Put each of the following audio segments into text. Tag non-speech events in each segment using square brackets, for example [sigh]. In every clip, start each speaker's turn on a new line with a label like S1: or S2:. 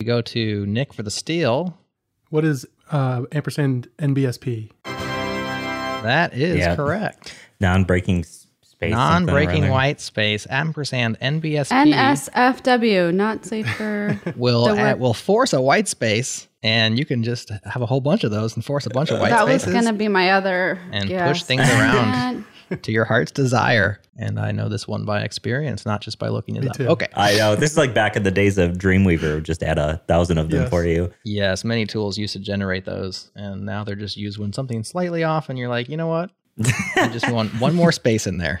S1: We go to Nick for the steal.
S2: What is uh, ampersand NBSP?
S1: That is
S3: Yeah.
S1: correct.
S3: Non-breaking s- space. something or
S1: Non-breaking
S3: other.
S1: white space ampersand NBSP
S4: NSFW, not safe for.
S1: will
S4: the
S1: uh,
S4: word-
S1: will force a white space, and you can just have a whole bunch of those and force a bunch of white
S4: that was
S1: spaces
S4: going to be my other.
S1: and
S4: guess.
S1: push things around [laughs]
S4: That-
S1: to your heart's desire. And I know this one by experience, not just by looking it
S2: Me
S1: up.
S2: too.
S1: Okay.
S3: I know. This is like back in the days of Dreamweaver. Just add a thousand of them
S2: Yes.
S3: for you.
S1: Yes, many tools used to generate those, and now they're just used when something's slightly off, and you're like, you know what? I just want one more space in there.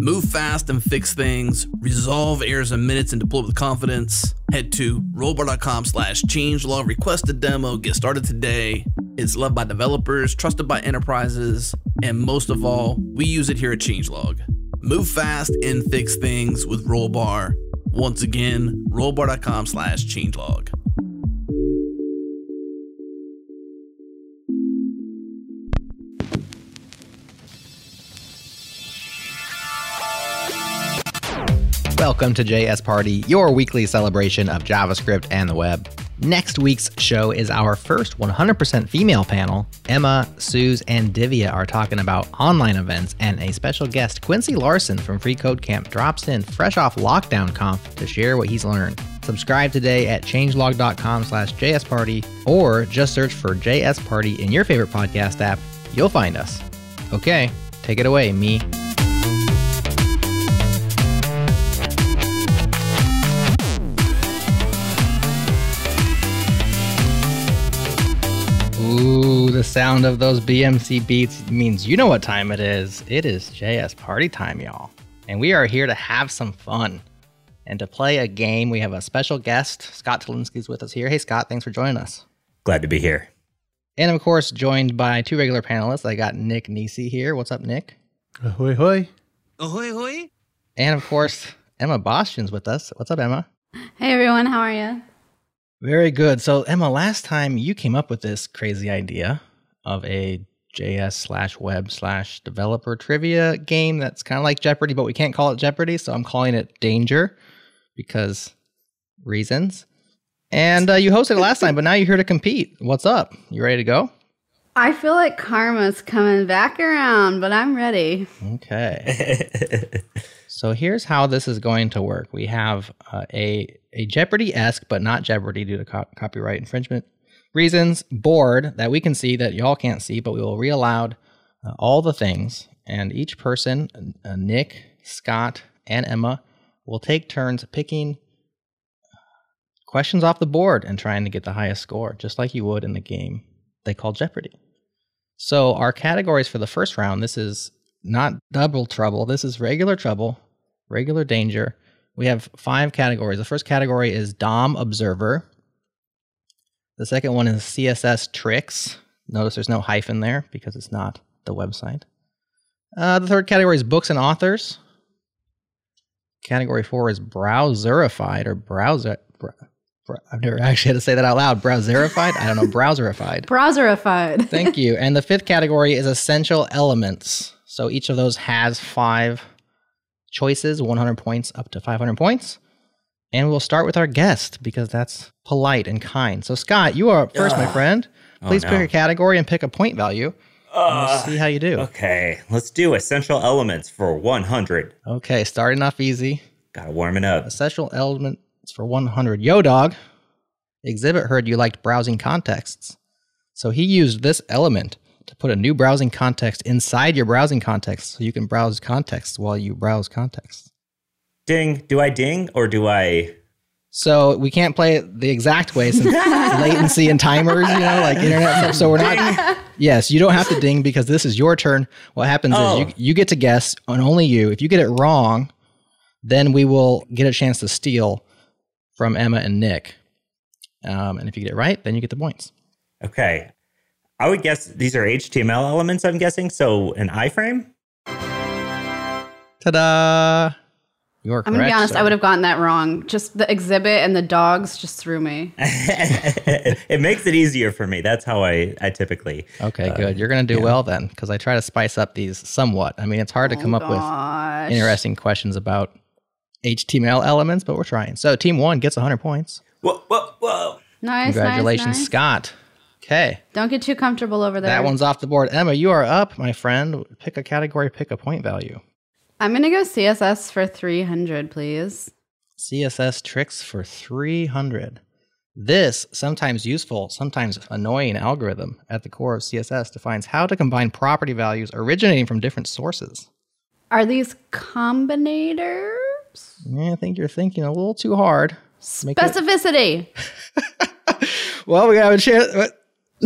S5: Move fast and fix things. Resolve errors in minutes and deploy with confidence. Head to rollbar.com slash changelog. Request a demo. Get started today. It's loved by developers, trusted by enterprises, and most of all, we use it here at Changelog. Move fast and fix things with Rollbar. Once again, rollbar.com slash changelog.
S1: Welcome to JS Party, your weekly celebration of JavaScript and the web. Next week's show is our first 100% female panel. Emma, Suze, and Divya are talking about online events, and a special guest, Quincy Larson from Free Code Camp, drops in fresh off lockdown conf to share what he's learned. Subscribe today at changelog.com slash jsparty, or just search for JS Party in your favorite podcast app. You'll find us. Okay, take it away, me. Ooh, the sound of those BMC beats means you know what time it is. It is JS party time, y'all. And we are here to have some fun. And to play a game, we have a special guest. Scott Talinsky's with us here. Hey, Scott, thanks for joining us.
S3: Glad to be here. [laughs]
S1: And of course, joined by two regular panelists. I got Nick Nisi here. What's up, Nick?
S2: Ahoy, hoy.
S6: Ahoy, hoy.
S1: And of course, Emma Bostian's with us. What's up, Emma?
S4: [laughs] Hey everyone, how are you?
S1: Very good. So, Emma, last time you came up with this crazy idea of a JS slash web slash developer trivia game that's kind of like Jeopardy, but we can't call it Jeopardy. So, I'm calling it Danger because reasons. And uh, you hosted it last time, but now you're here to compete. What's up? You ready to go?
S4: I feel like karma's coming back around, but I'm ready.
S1: Okay. So here's how this is going to work. We have uh, a a Jeopardy esque, but not Jeopardy due to co- copyright infringement reasons, board that we can see that y'all can't see, but we will read aloud uh, all the things, and each person, uh, Nick, Scott, and Emma, will take turns picking uh, questions off the board and trying to get the highest score, just like you would in the game they call Jeopardy. So our categories for the first round, this is not double trouble. This is regular trouble, regular danger. We have five categories. The first category is Dom Observer. The second one is CSS Tricks. Notice there's no hyphen there because it's not the website. Uh, the third category is Books and Authors. Category four is Browserified or Browser. Br- br- I've never [laughs] actually had to say that out loud. Browserified? I don't know. Browserified.
S4: Browserified.
S1: Thank you. And the fifth category is essential elements. So each of those has five choices, 100 points up to 500 points. And we'll start with our guest because that's polite and kind. So, Scott, you are up first, my friend.
S3: Oh,
S1: Please
S3: no.
S1: pick a category and pick a point value. and we'll
S3: Ah,
S1: see how you do. Okay.
S3: okay, let's do essential elements for 100.
S1: starting off easy.
S3: Gotta warm it up.
S1: Essential elements for 100. Yo, dog. Exhibit heard you liked browsing contexts. So he used this element to put a new browsing context inside your browsing context so you can browse contexts while you browse contexts.
S3: Ding. Do I ding or do I?
S1: So we can't play it the exact way
S4: [laughs]
S1: since latency and timers, you know, like internet stuff. So we're not. Yes, you don't have to ding because this is your turn. What happens
S3: Oh.
S1: is you, you get to guess, and only you. If you get it wrong, then we will get a chance to steal from Emma and Nick. Um, and if you get it right, then you get the points.
S3: Okay. I would guess these are HTML elements, I'm guessing. So an iframe?
S1: Ta da! You are
S4: [laughs] I'm
S1: correct.
S4: gonna be honest.
S1: sir.
S4: I would have gotten that wrong. Just the exhibit and the dogs just threw me.
S3: [laughs] it makes it easier for me. That's how I, I typically.
S1: Okay, good. You're going to do well then, because I try to spice up these somewhat. I mean, it's hard to
S4: Oh,
S1: come up
S4: Gosh.
S1: with interesting questions about HTML elements, but we're trying. So, team one gets 100 points.
S3: Whoa, whoa, whoa.
S4: Nice,
S1: Congratulations,
S4: nice, nice.
S1: Scott. Okay,
S4: Don't get too comfortable over there.
S1: that one's off the board. Emma, you are up, my friend. Pick a category, pick a point value.
S4: I'm gonna go CSS for 300, please.
S1: CSS tricks for 300. This sometimes useful, sometimes annoying algorithm at the core of CSS defines how to combine property values originating from different sources.
S4: Are these combinators?
S1: Yeah, I think you're thinking a little too hard. Make it-
S4: Specificity.
S1: well, we got a chance, uh,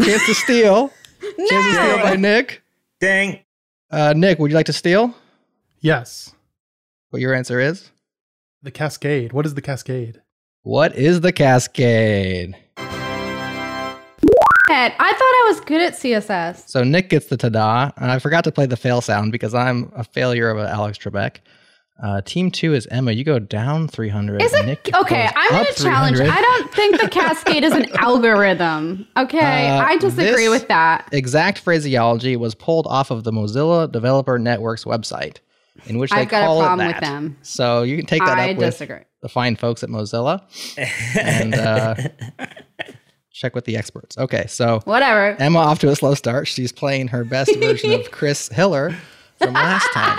S1: chance to
S4: [laughs]
S1: steal. Chance to steal by Nick.
S3: Dang.
S1: Uh, Nick, would you like to steal?
S2: Yes.
S1: What your answer is?
S2: The cascade. What is the cascade?
S1: What is the cascade?
S4: I thought I was good at CSS.
S1: So Nick gets the ta-da, and I forgot to play the fail sound because I'm a failure of a Alex Trebek. Uh, team two is Emma. You go down 300.
S4: Is it
S1: Nick
S4: okay?
S1: goes
S4: I'm
S1: up
S4: gonna challenge.
S1: 300.
S4: I don't think the cascade is
S1: [laughs]
S4: an algorithm. Okay,
S1: Uh,
S4: I disagree
S1: this-
S4: with that.
S1: exact phraseology was pulled off of the Mozilla Developer Network's website, in which they
S4: I've got a
S1: call
S4: problem
S1: it
S4: with
S1: that.
S4: them.
S1: So you can take that
S4: I
S1: up with
S4: disagree.
S1: the fine folks at Mozilla and uh, check with the experts. Okay, so [laughs]
S4: Whatever.
S1: Emma off to a slow start. She's playing her best version of Chris Hiller from last time.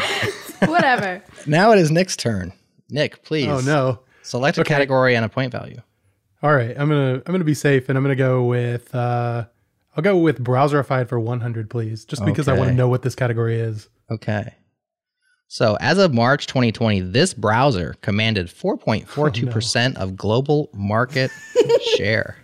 S4: Whatever.
S1: Now it is Nick's turn. Nick, please.
S2: Oh no.
S1: Select a category and a point value.
S2: All right. I'm gonna I'm gonna be safe and I'm gonna go with uh I'll go with browserified for 100, please, just because I want
S1: Okay.
S2: to know what this category is.
S1: Okay. So as of March 2020, this browser commanded 4.42%
S2: Oh,
S1: of global market [laughs] share.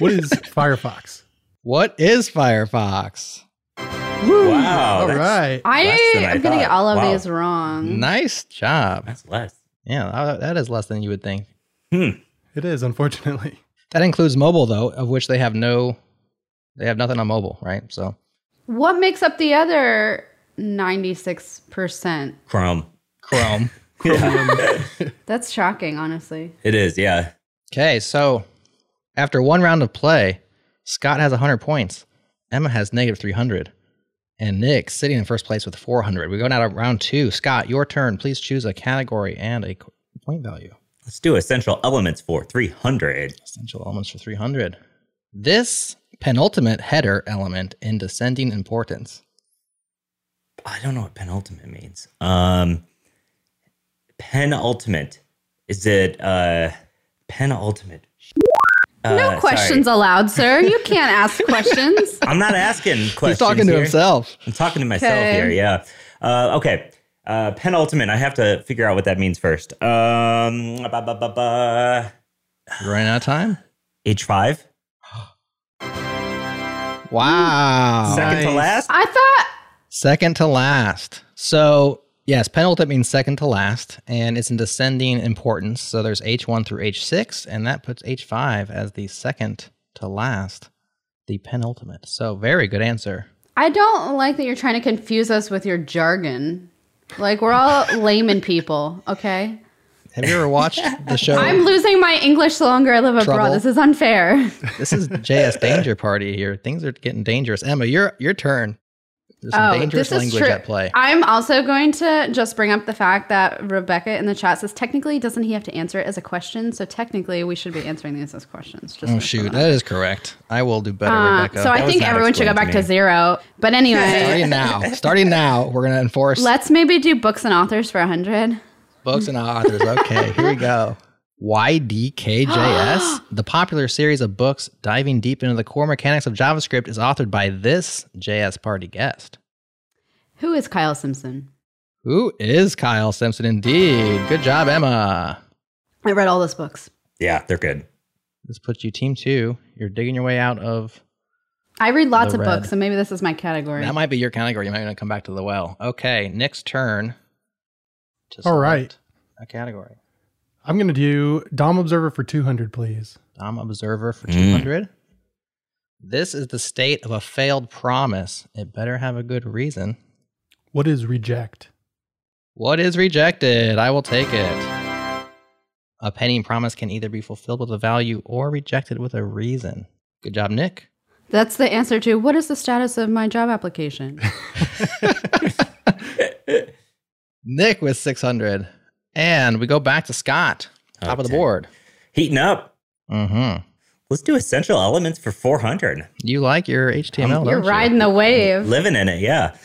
S2: What is Firefox?
S1: What is Firefox?
S3: Wow.
S2: All
S3: that's,
S2: right.
S4: I
S3: Less than I
S4: am gonna get
S3: thought.
S4: all of
S3: Wow.
S4: these
S2: Hmm?
S4: wrong.
S1: Nice job.
S3: that's less.
S1: Yeah, tha- that is less than you would think.
S2: It is, unfortunately.
S1: That includes mobile though, of which they have no they have nothing on mobile, right? So
S4: What makes up the other 96%?
S3: Chrome.
S1: Chrome.
S3: [laughs] Yeah.
S4: That's shocking, honestly.
S3: it is, yeah.
S1: Okay, so after one round of play, Scott has 100 points, Emma has negative 300, and Nick sitting in first place with 400. We're going out of round two. Scott, your turn. Please choose a category and a qu- point value.
S3: Let's do essential elements for 300.
S1: Essential elements for 300. This penultimate header element in descending importance.
S3: I don't know what penultimate means. Um, penultimate. Is it uh, penultimate?
S4: no
S3: Uh,
S4: questions allowed, sir. You
S1: [laughs]
S4: can't ask questions.
S3: I'm not asking questions.
S1: He's talking to
S3: here.
S1: himself.
S3: I'm talking to myself
S4: Okay.
S3: here. Yeah. Uh, okay. Uh, penultimate. I have to figure out what that means first. Um, ba, ba, ba, ba.
S1: You're running out of time?
S3: H5.
S1: Wow.
S3: Second to
S2: Nice.
S3: last.
S4: I thought
S1: Second to last. So, yes, penultimate means second to last, and it's in descending importance. So there's H1 through H6, and that puts H5 as the second to last, the penultimate. So, very good answer.
S4: I don't like that you're trying to confuse us with your jargon. Like we're
S1: [laughs]
S4: all layman people, okay?
S1: Have you ever
S4: [laughs]
S1: watched the show?
S4: I'm losing my English the longer I live abroad.
S1: Trouble.
S4: This is unfair.
S1: this is JS Danger Party here. Things are getting dangerous. Emma, your your turn. There's
S4: Oh,
S1: some dangerous language at play.
S4: I'm also going to just bring up the fact that Rebecca in the chat says technically doesn't he have to answer it as a question? So technically we should be answering these as questions. Just
S1: Oh
S4: as
S1: shoot,
S4: a-
S1: that is correct. I will do better,
S4: Uh,
S1: Rebecca.
S4: so I
S3: was
S4: think
S3: not
S4: everyone should go
S3: explained to
S4: back to
S3: me.
S4: zero. But anyway,
S1: starting now, starting now, we're gonna
S4: [laughs]
S1: enforce
S4: let's maybe do books and authors for 100.
S1: Books and authors. Okay, here we go. YDKJS, the popular series of books diving deep into the core mechanics of JavaScript, is authored by this JS Party guest.
S4: Who is Kyle Simpson?
S1: Who is Kyle Simpson indeed? Good job, Emma.
S4: I read all those books.
S3: Yeah, they're good.
S1: This puts you team two. You're digging your way out of.
S4: I read lots
S1: The
S4: of
S1: red.
S4: books, so maybe this is my category.
S1: That might be your category. You might want to come back to the well. Okay, Nick's turn. To
S2: All right.
S1: select A category.
S2: I'm gonna do Dom Observer for 200, please.
S1: Dom Observer for
S3: Mm.
S1: 200. This is the state of a failed promise. It better have a good reason.
S2: What is reject?
S1: What is rejected? I will take it. A pending promise can either be fulfilled with a value or rejected with a reason. Good job, Nick.
S4: That's the answer to what is the status of my job
S1: [laughs]
S4: application?
S1: Nick with 600. And we go back to Scott, top of the
S3: Okay.
S1: board.
S3: Heating up.
S1: Mm-hmm.
S3: Let's do essential elements for 400.
S1: You like your HTML,
S4: You're
S1: don't you?
S4: riding
S1: [laughs]
S4: the wave.
S3: Living in it, yeah.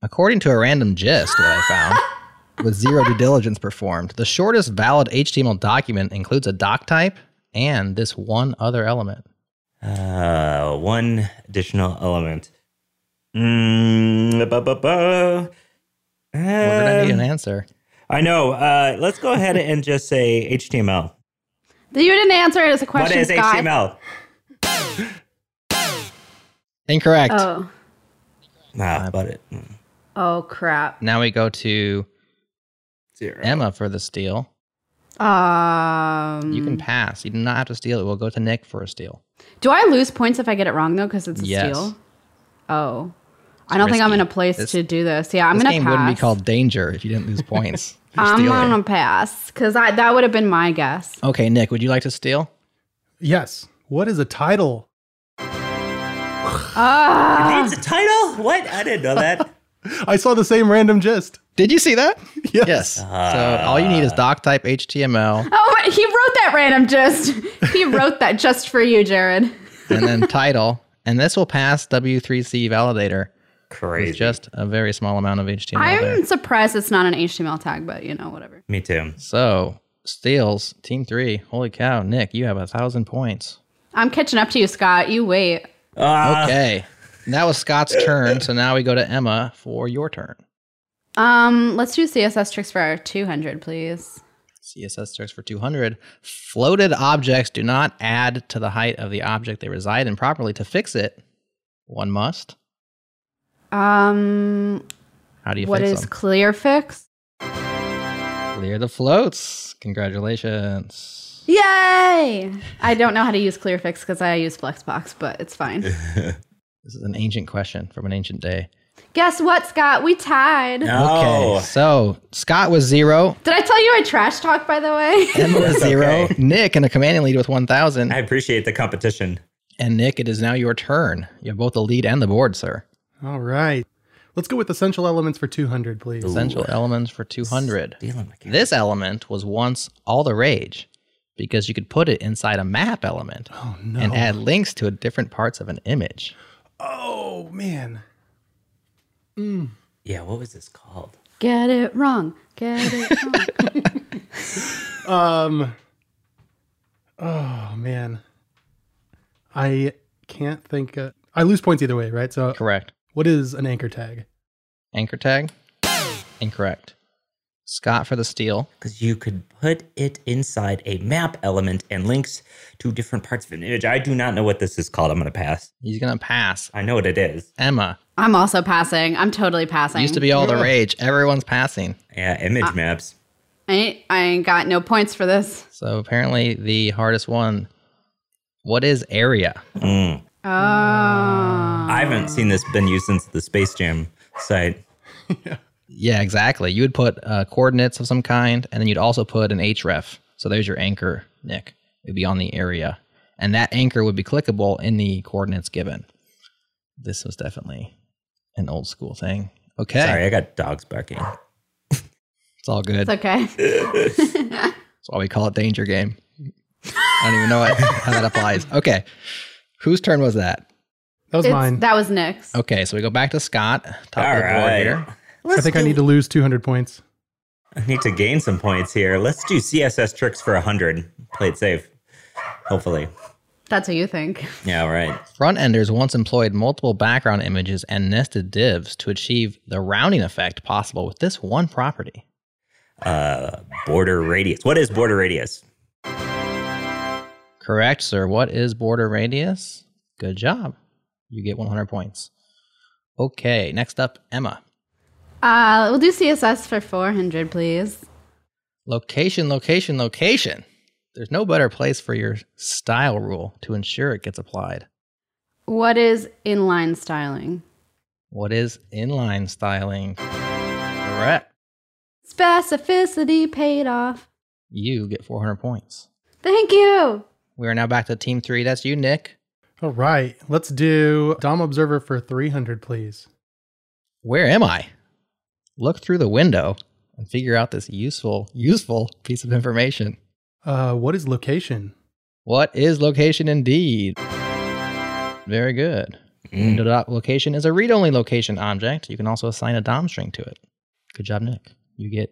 S1: According to a random gist that I found,
S4: [laughs]
S1: with zero due diligence performed, the shortest valid HTML document includes a doc type and this one other element.
S3: Uh, one additional element. Mm, ba, ba, ba.
S1: We're going to need an
S3: Um,
S1: answer.
S3: I know. Uh, let's
S1: [laughs]
S3: go ahead and just say HTML.
S4: You didn't answer it as a
S3: What
S4: question.
S3: is
S4: Scott.
S3: HTML?
S1: Incorrect.
S4: Oh,
S1: Uh,
S3: Nah, but it. mm,
S4: oh crap.
S1: Now we go to
S5: Zero.
S1: Emma for the steal.
S4: Um,
S1: You can pass. You do not have to steal it. We'll go to Nick for a steal.
S4: Do I lose points if I get it wrong though? Because it's a
S1: Yes.
S4: steal. Oh, I don't think I'm in
S1: risky.
S4: a place
S1: This-
S4: to do this. Yeah, I'm
S1: this
S4: gonna
S1: game
S4: pass.
S1: wouldn't be called Danger if you didn't lose
S4: [laughs]
S1: points. for
S4: I'm
S1: stealing.
S4: gonna pass because I that would have been my guess.
S1: Okay, Nick, would you like to steal?
S2: Yes. What is a title?
S4: Ah,
S3: It's a title? What? I didn't
S1: [laughs]
S3: know that.
S2: I saw the same random gist. [laughs]
S1: Did you see that?
S2: Yes.
S1: so all you need is
S4: Ah.
S1: doc type HTML
S4: oh, [laughs] wait, he wrote that random just. [laughs] he wrote that just for you, Jared.
S1: and then title, and this will pass W3C validator with
S3: Crazy.
S1: just a very small amount of HTML. there.
S4: I'm surprised it's not an HTML tag, but you know, whatever.
S3: Me too.
S1: So steals team three. Holy cow, Nick, you have a thousand points.
S4: I'm catching up to you, Scott. You wait.
S3: Uh,
S1: Okay, and that was Scott's turn. So now we go to Emma for your turn.
S4: Um, let's do CSS tricks for our 200, please.
S1: CSS starts for 200. Floated objects do not add to the height of the object they reside in properly. To fix it, one must.
S4: Um,
S1: How do you
S4: what
S1: fix
S4: is
S1: them?
S4: clear fix?
S1: Clear the floats. Congratulations.
S4: Yay! I don't know how to use clearfix because I use Flexbox, but it's
S1: [laughs]
S4: fine.
S1: This is an ancient question from an ancient day.
S4: Guess what, Scott? We tied.
S3: No.
S1: Okay, so Scott was zero,
S4: Did I tell you I trash talk, by the way? [laughs]
S1: Emma was zero, Nick in a commanding lead with 1,000.
S3: I appreciate the competition.
S1: And Nick, it is now your turn. You have both the lead and the board, sir.
S2: All right. Let's go with essential elements for 200, please.
S1: Essential elements for 200.
S3: Dealing with
S1: This element was once all the rage because you could put it inside a map element
S2: Oh, no.
S1: and add links to different parts of an image.
S2: oh, man.
S3: Yeah, what was this called?
S4: Get it wrong. Get it wrong. [laughs]
S2: Um. Oh, man. I can't think. Uh, I lose points either way, right? So,
S1: Correct.
S2: what is an anchor tag?
S1: Anchor tag? Incorrect. Scott for the steal.
S3: Because you could put it inside a map element and links to different parts of an image. I do not know what this is called. I'm going to pass.
S1: He's going to pass.
S3: I know what it is.
S1: Emma.
S4: I'm also passing. I'm totally passing.
S1: Used to be all the rage. Everyone's passing.
S3: Yeah, image maps.
S4: I ain't, I ain't got no points for this.
S1: So apparently the hardest one. What is area?
S3: Mm.
S4: Oh.
S3: I haven't seen this been used since the Space Jam site.
S1: Yeah, exactly. You would put uh, coordinates of some kind, and then you'd also put an href. So there's your anchor, Nick. It would be on the area, and that anchor would be clickable in the coordinates given. This was definitely an old school thing. Okay,
S3: Sorry, I got dogs barking.
S1: it's all good.
S4: It's okay.
S1: That's why we call it danger game. I don't even know what, how that applies. Okay, whose turn was that?
S2: That was
S4: It's-
S2: mine.
S4: That was Nick's.
S1: Okay, so we go back to Scott, top
S3: All
S1: of the board
S3: right.
S1: here.
S2: I think I need to lose 200 points.
S3: I need to gain some points here. Let's do CSS tricks for 100. Play it safe. Hopefully.
S4: That's what you think.
S3: Yeah, right.
S1: Front enders once employed multiple background images and nested divs to achieve the rounding effect possible with this one property.
S3: Uh, border radius. What is border radius?
S1: Correct, sir. What is border radius? Good job. You get 100 points. Okay, next up, Emma.
S4: Uh, we'll do CSS for 400, please.
S1: Location, location, location. There's no better place for your style rule to ensure it gets applied.
S4: What is inline styling?
S1: What is inline styling? Correct.
S4: It's Specificity paid off.
S1: You get 400 points.
S4: Thank you.
S1: We are now back to team three. That's you, Nick.
S2: All right, let's do Dom Observer for 300, please.
S1: Where am I? Look through the window and figure out this useful, useful piece of information.
S2: Uh, what is location?
S1: What is location indeed? Very good.
S3: Mm.
S1: Window dot location is a read only location object. You can also assign a DOM string to it. Good job, Nick. You get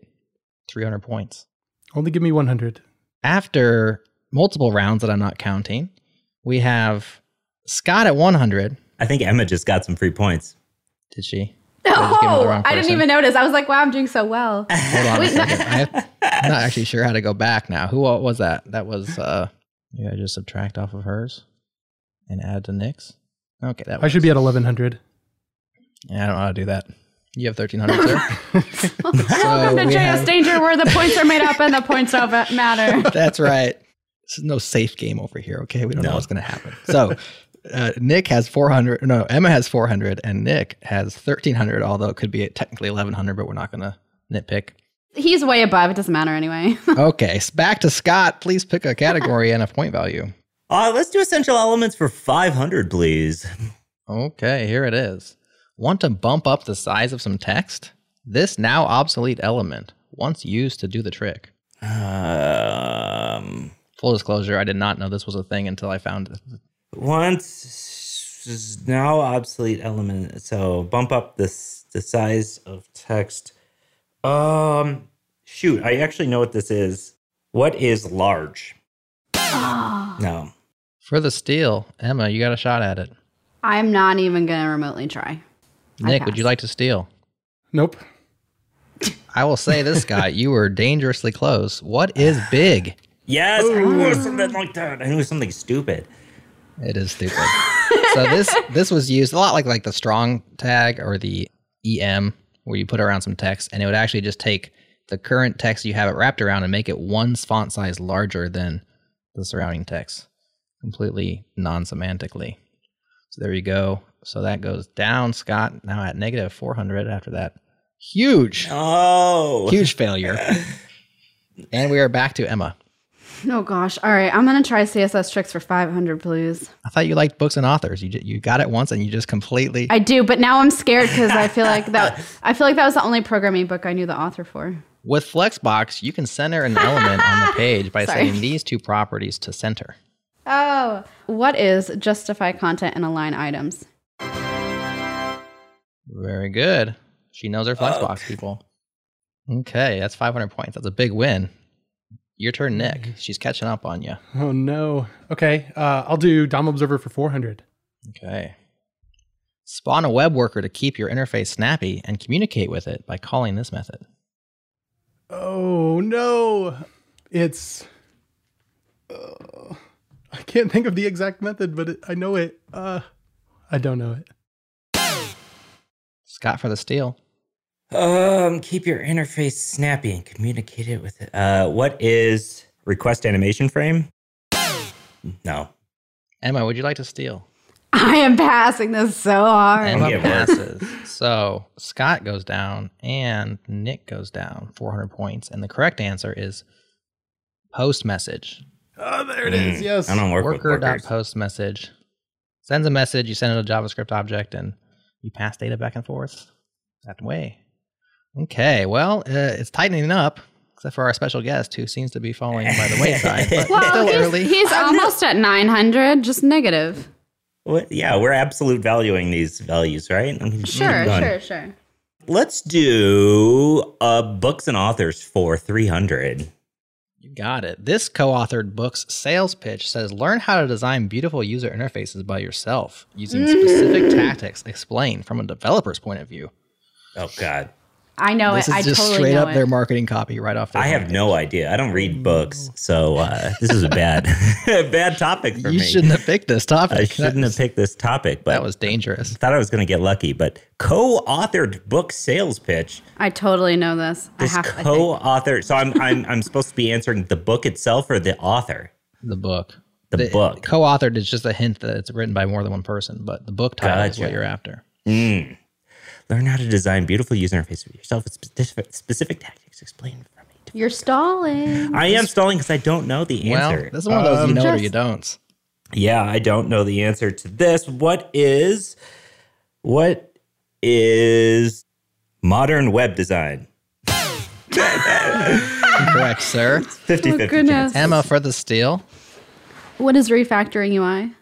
S1: 300 points.
S2: Only give me 100.
S1: After multiple rounds that I'm not counting, we have Scott at 100.
S3: I think Emma just got some free points.
S1: Did she?
S4: No,
S1: I just gave him the wrong
S4: Oh, I didn't
S1: person.
S4: even notice. I was like, wow, I'm doing
S1: [laughs]
S4: so well.
S1: Hold on a
S4: Wait, no.
S1: second. I, am not actually sure how to go back now. Who all was that? That was, uh, maybe I just subtract off of hers and add to Nick's. Okay, that
S2: I should be at 1100.
S1: Yeah, I don't know how to do that. You have 1300,
S2: [laughs]
S1: sir.
S4: Welcome to
S1: we
S4: JS
S1: have-
S4: Danger, where the points are made up and the points
S1: [laughs]
S4: don't matter.
S1: That's right. This is no safe game over here, okay? We don't know
S3: No.
S1: what's going to happen. So, uh, Nick has 400. No, Emma has 400, and Nick has 1300, although it could be technically 1100, but we're not going to
S2: [laughs]
S1: nitpick.
S4: He's way above. It doesn't matter anyway. [laughs]
S1: Okay, s- back to Scott. Please pick a category and a point value.
S3: [laughs] Uh, let's do essential elements for 500, please.
S1: Okay, here it is. Want to bump up the size of some text? This now obsolete element, once used to do the trick.
S3: Um,
S1: Full disclosure, I did not know this was a thing until I found it.
S3: once is now obsolete element. So bump up this the size of text. Um, shoot, I actually know what this is. What is large? No.
S1: For the steal, Emma, you got a shot at it.
S4: I'm not even going to remotely try. I
S1: Nick, would you
S4: pass.
S1: like to steal?
S2: Nope.
S1: I will say this, Scott, you were dangerously close. What is big?
S3: Yes, I knew something like that. I knew something stupid.
S1: It is stupid. so this this was used a lot like like the strong tag or the EM where you put around some text and it would actually just take the current text you have it wrapped around and make it one font size larger than the surrounding text completely non-semantically. So there you go. So that goes down, Scott, now at negative 400 after that. Huge.
S3: Oh,
S1: huge failure. and we are back to Emma.
S4: Oh, gosh. All right. I'm going to try CSS tricks for 500, please.
S1: I thought you liked books and authors. You ju- you got it once and you just completely.
S4: I do, but now I'm scared because I feel
S1: [laughs]
S4: like that. I feel like that was the only programming book I knew the author for.
S1: With Flexbox, you can center an element on the page by
S4: Sorry.
S1: setting these two properties to center.
S4: Oh, what is justify content and align items? [laughs]
S1: Very good. She knows her Flexbox people. Okay, that's 500 points. That's a big win. Your turn, Nick. She's catching up on you.
S2: Oh, no. Okay, uh, I'll do Dom Observer for 400.
S1: Okay. Spawn a web worker to keep your interface snappy and communicate with it by calling this method.
S2: Oh, no. It's. Ugh. I can't think of the exact method, but it, I know it. Uh, I don't know it.
S1: Scott for the steal.
S3: Um, keep your interface snappy and communicate it with it. Uh, what is request animation frame? No.
S1: Emma, would you like to steal?
S4: I am passing this so hard.
S1: And
S4: [laughs]
S3: Well,
S1: he
S3: that
S1: passes. [laughs] so Scott goes down and Nick goes down 400 points. And the correct answer is post message.
S2: Oh, there it is.
S3: Mm,
S2: Yes.
S3: I don't work
S1: Worker
S3: with
S1: dot
S3: workers.
S1: post message sends a message. You send it a JavaScript object and you pass data back and forth that way. Okay. Well, uh, it's tightening up. Except for our special guest, who seems to be falling by
S3: [laughs]
S1: the wayside. But
S3: Well,
S1: still
S4: he's,
S1: early.
S4: he's almost at 900, just negative.
S3: What? Yeah, we're absolute valuing these values, right? I'm
S4: Sure,
S3: done.
S4: sure, sure.
S3: Let's do uh, books and authors for 300.
S1: You got it. This co authored book's sales pitch says learn how to design beautiful user interfaces by yourself using
S4: [laughs]
S1: specific tactics explained from a developer's point of view.
S3: Oh, God.
S4: I know
S1: this
S4: it.
S1: is
S4: I
S1: just
S4: totally
S1: straight
S4: know
S1: up
S4: it.
S1: their marketing copy right off the
S3: I have no idea. I don't read books, so uh, this is a bad, [laughs] bad topic for
S1: You
S3: me.
S1: shouldn't have picked this [laughs] topic.
S3: [laughs] I shouldn't
S1: that,
S3: have picked this topic, but
S1: That was dangerous.
S3: thought I was going to get lucky, but co-authored book sales pitch.
S4: I totally know this.
S3: This
S4: I have I think.
S3: co-author. So I'm I'm I'm supposed to be answering the book itself or the author.
S1: The book.
S3: The book.
S1: Co authored is just a hint that it's written by more than one person, but the book title is what
S3: Gotcha.
S1: you're after.
S3: Learn how to design beautiful user interface for yourself with specific, specific tactics explained from me.
S4: You're
S1: [laughs]
S4: stalling.
S3: I am stalling because I don't know the
S1: Well,
S3: answer.
S1: this is one of those you know or
S4: Just-
S1: you don't.
S3: Yeah, I don't know the answer to this. What is what is modern web design?
S1: Correct,
S4: [laughs]
S1: sir.
S3: 50
S4: Oh,
S3: 50
S4: goodness.
S1: Emma for the steal.
S4: What is refactoring UI?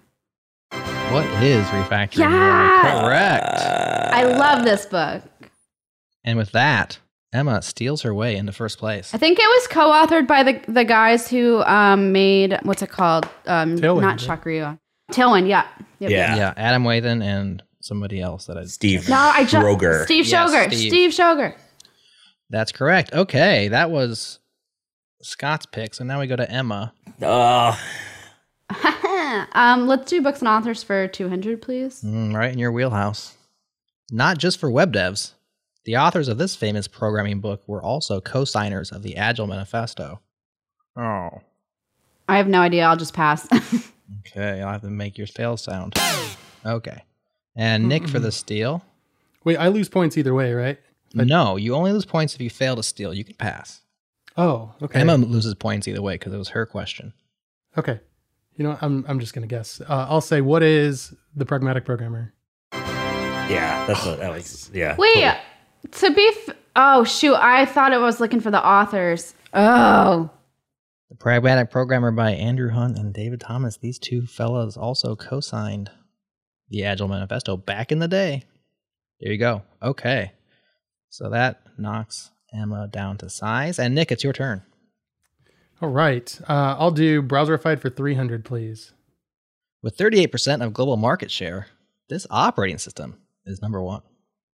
S1: What is refactoring?
S4: Yeah!
S1: Correct.
S4: I love this book.
S1: And with that, Emma steals her way into first place.
S4: I think it was co-authored by the the guys who um, made what's it called? Um,
S2: Tailwind,
S4: not
S2: right?
S4: Shakuria. Tailwind. Yeah. Yep,
S3: Yeah.
S4: yep.
S1: Yeah, Adam Wathan and somebody else that I
S3: Steve
S4: No, I just
S3: Kroger.
S4: Steve
S1: Yes,
S4: Shoger.
S1: Steve.
S4: Steve. Shoger.
S1: That's correct. Okay, that was Scott's pick. So now we go to Emma.
S3: Uh,
S4: [laughs] um, let's do books and authors for two hundred, please.
S1: Mm, right in your wheelhouse. Not just for web devs. The authors of this famous programming book were also co-signers of the Agile Manifesto. Oh,
S4: I have no idea. I'll just pass. [laughs]
S1: okay. I'll have to make your fail sound. Okay. And Nick for the steal.
S2: Wait, I lose points either way, right? But-
S1: no, you only lose points if you fail to steal. You can pass.
S2: Oh, okay.
S1: Emma loses points either way because it was her question.
S2: Okay. You know, I'm I'm just gonna guess. Uh, I'll say, what is the pragmatic programmer?
S3: yeah, that's what that was. Yeah.
S4: Wait. To be. F- oh shoot! I thought it was looking for the authors. Oh.
S1: The Pragmatic Programmer by Andrew Hunt and David Thomas. These two fellas also co signed the Agile Manifesto back in the day. There you go. Okay. So that knocks Emma down to size. And Nick, it's your turn.
S2: All right. Uh, I'll do browserified for 300, please.
S1: With 38% of global market share, this operating system is number one.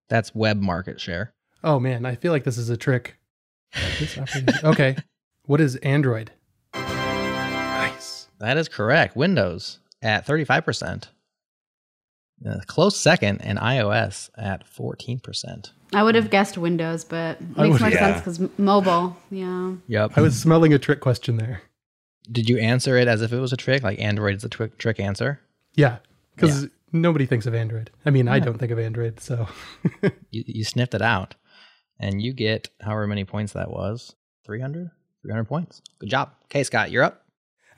S1: That's web market share.
S2: Oh man, I feel like this is a trick. This
S3: [laughs]
S2: operating- okay. What is Android? Nice.
S1: That is correct. Windows at 35%. A close second, and iOS at 14%.
S4: I would have guessed Windows, but it
S2: I
S4: makes
S2: would-
S4: more
S3: yeah.
S4: sense 'cause sense because mobile. Yeah.
S1: Yep.
S2: I was smelling a trick question there.
S1: Did you answer it as if it was a trick? Like Android is a twi- trick answer?
S2: Yeah, because nobody thinks of Android. I mean, I don't think of Android, so
S1: You, you sniffed it out and you get however many points that was 300? 300 points. Good job. Okay, Scott, you're up.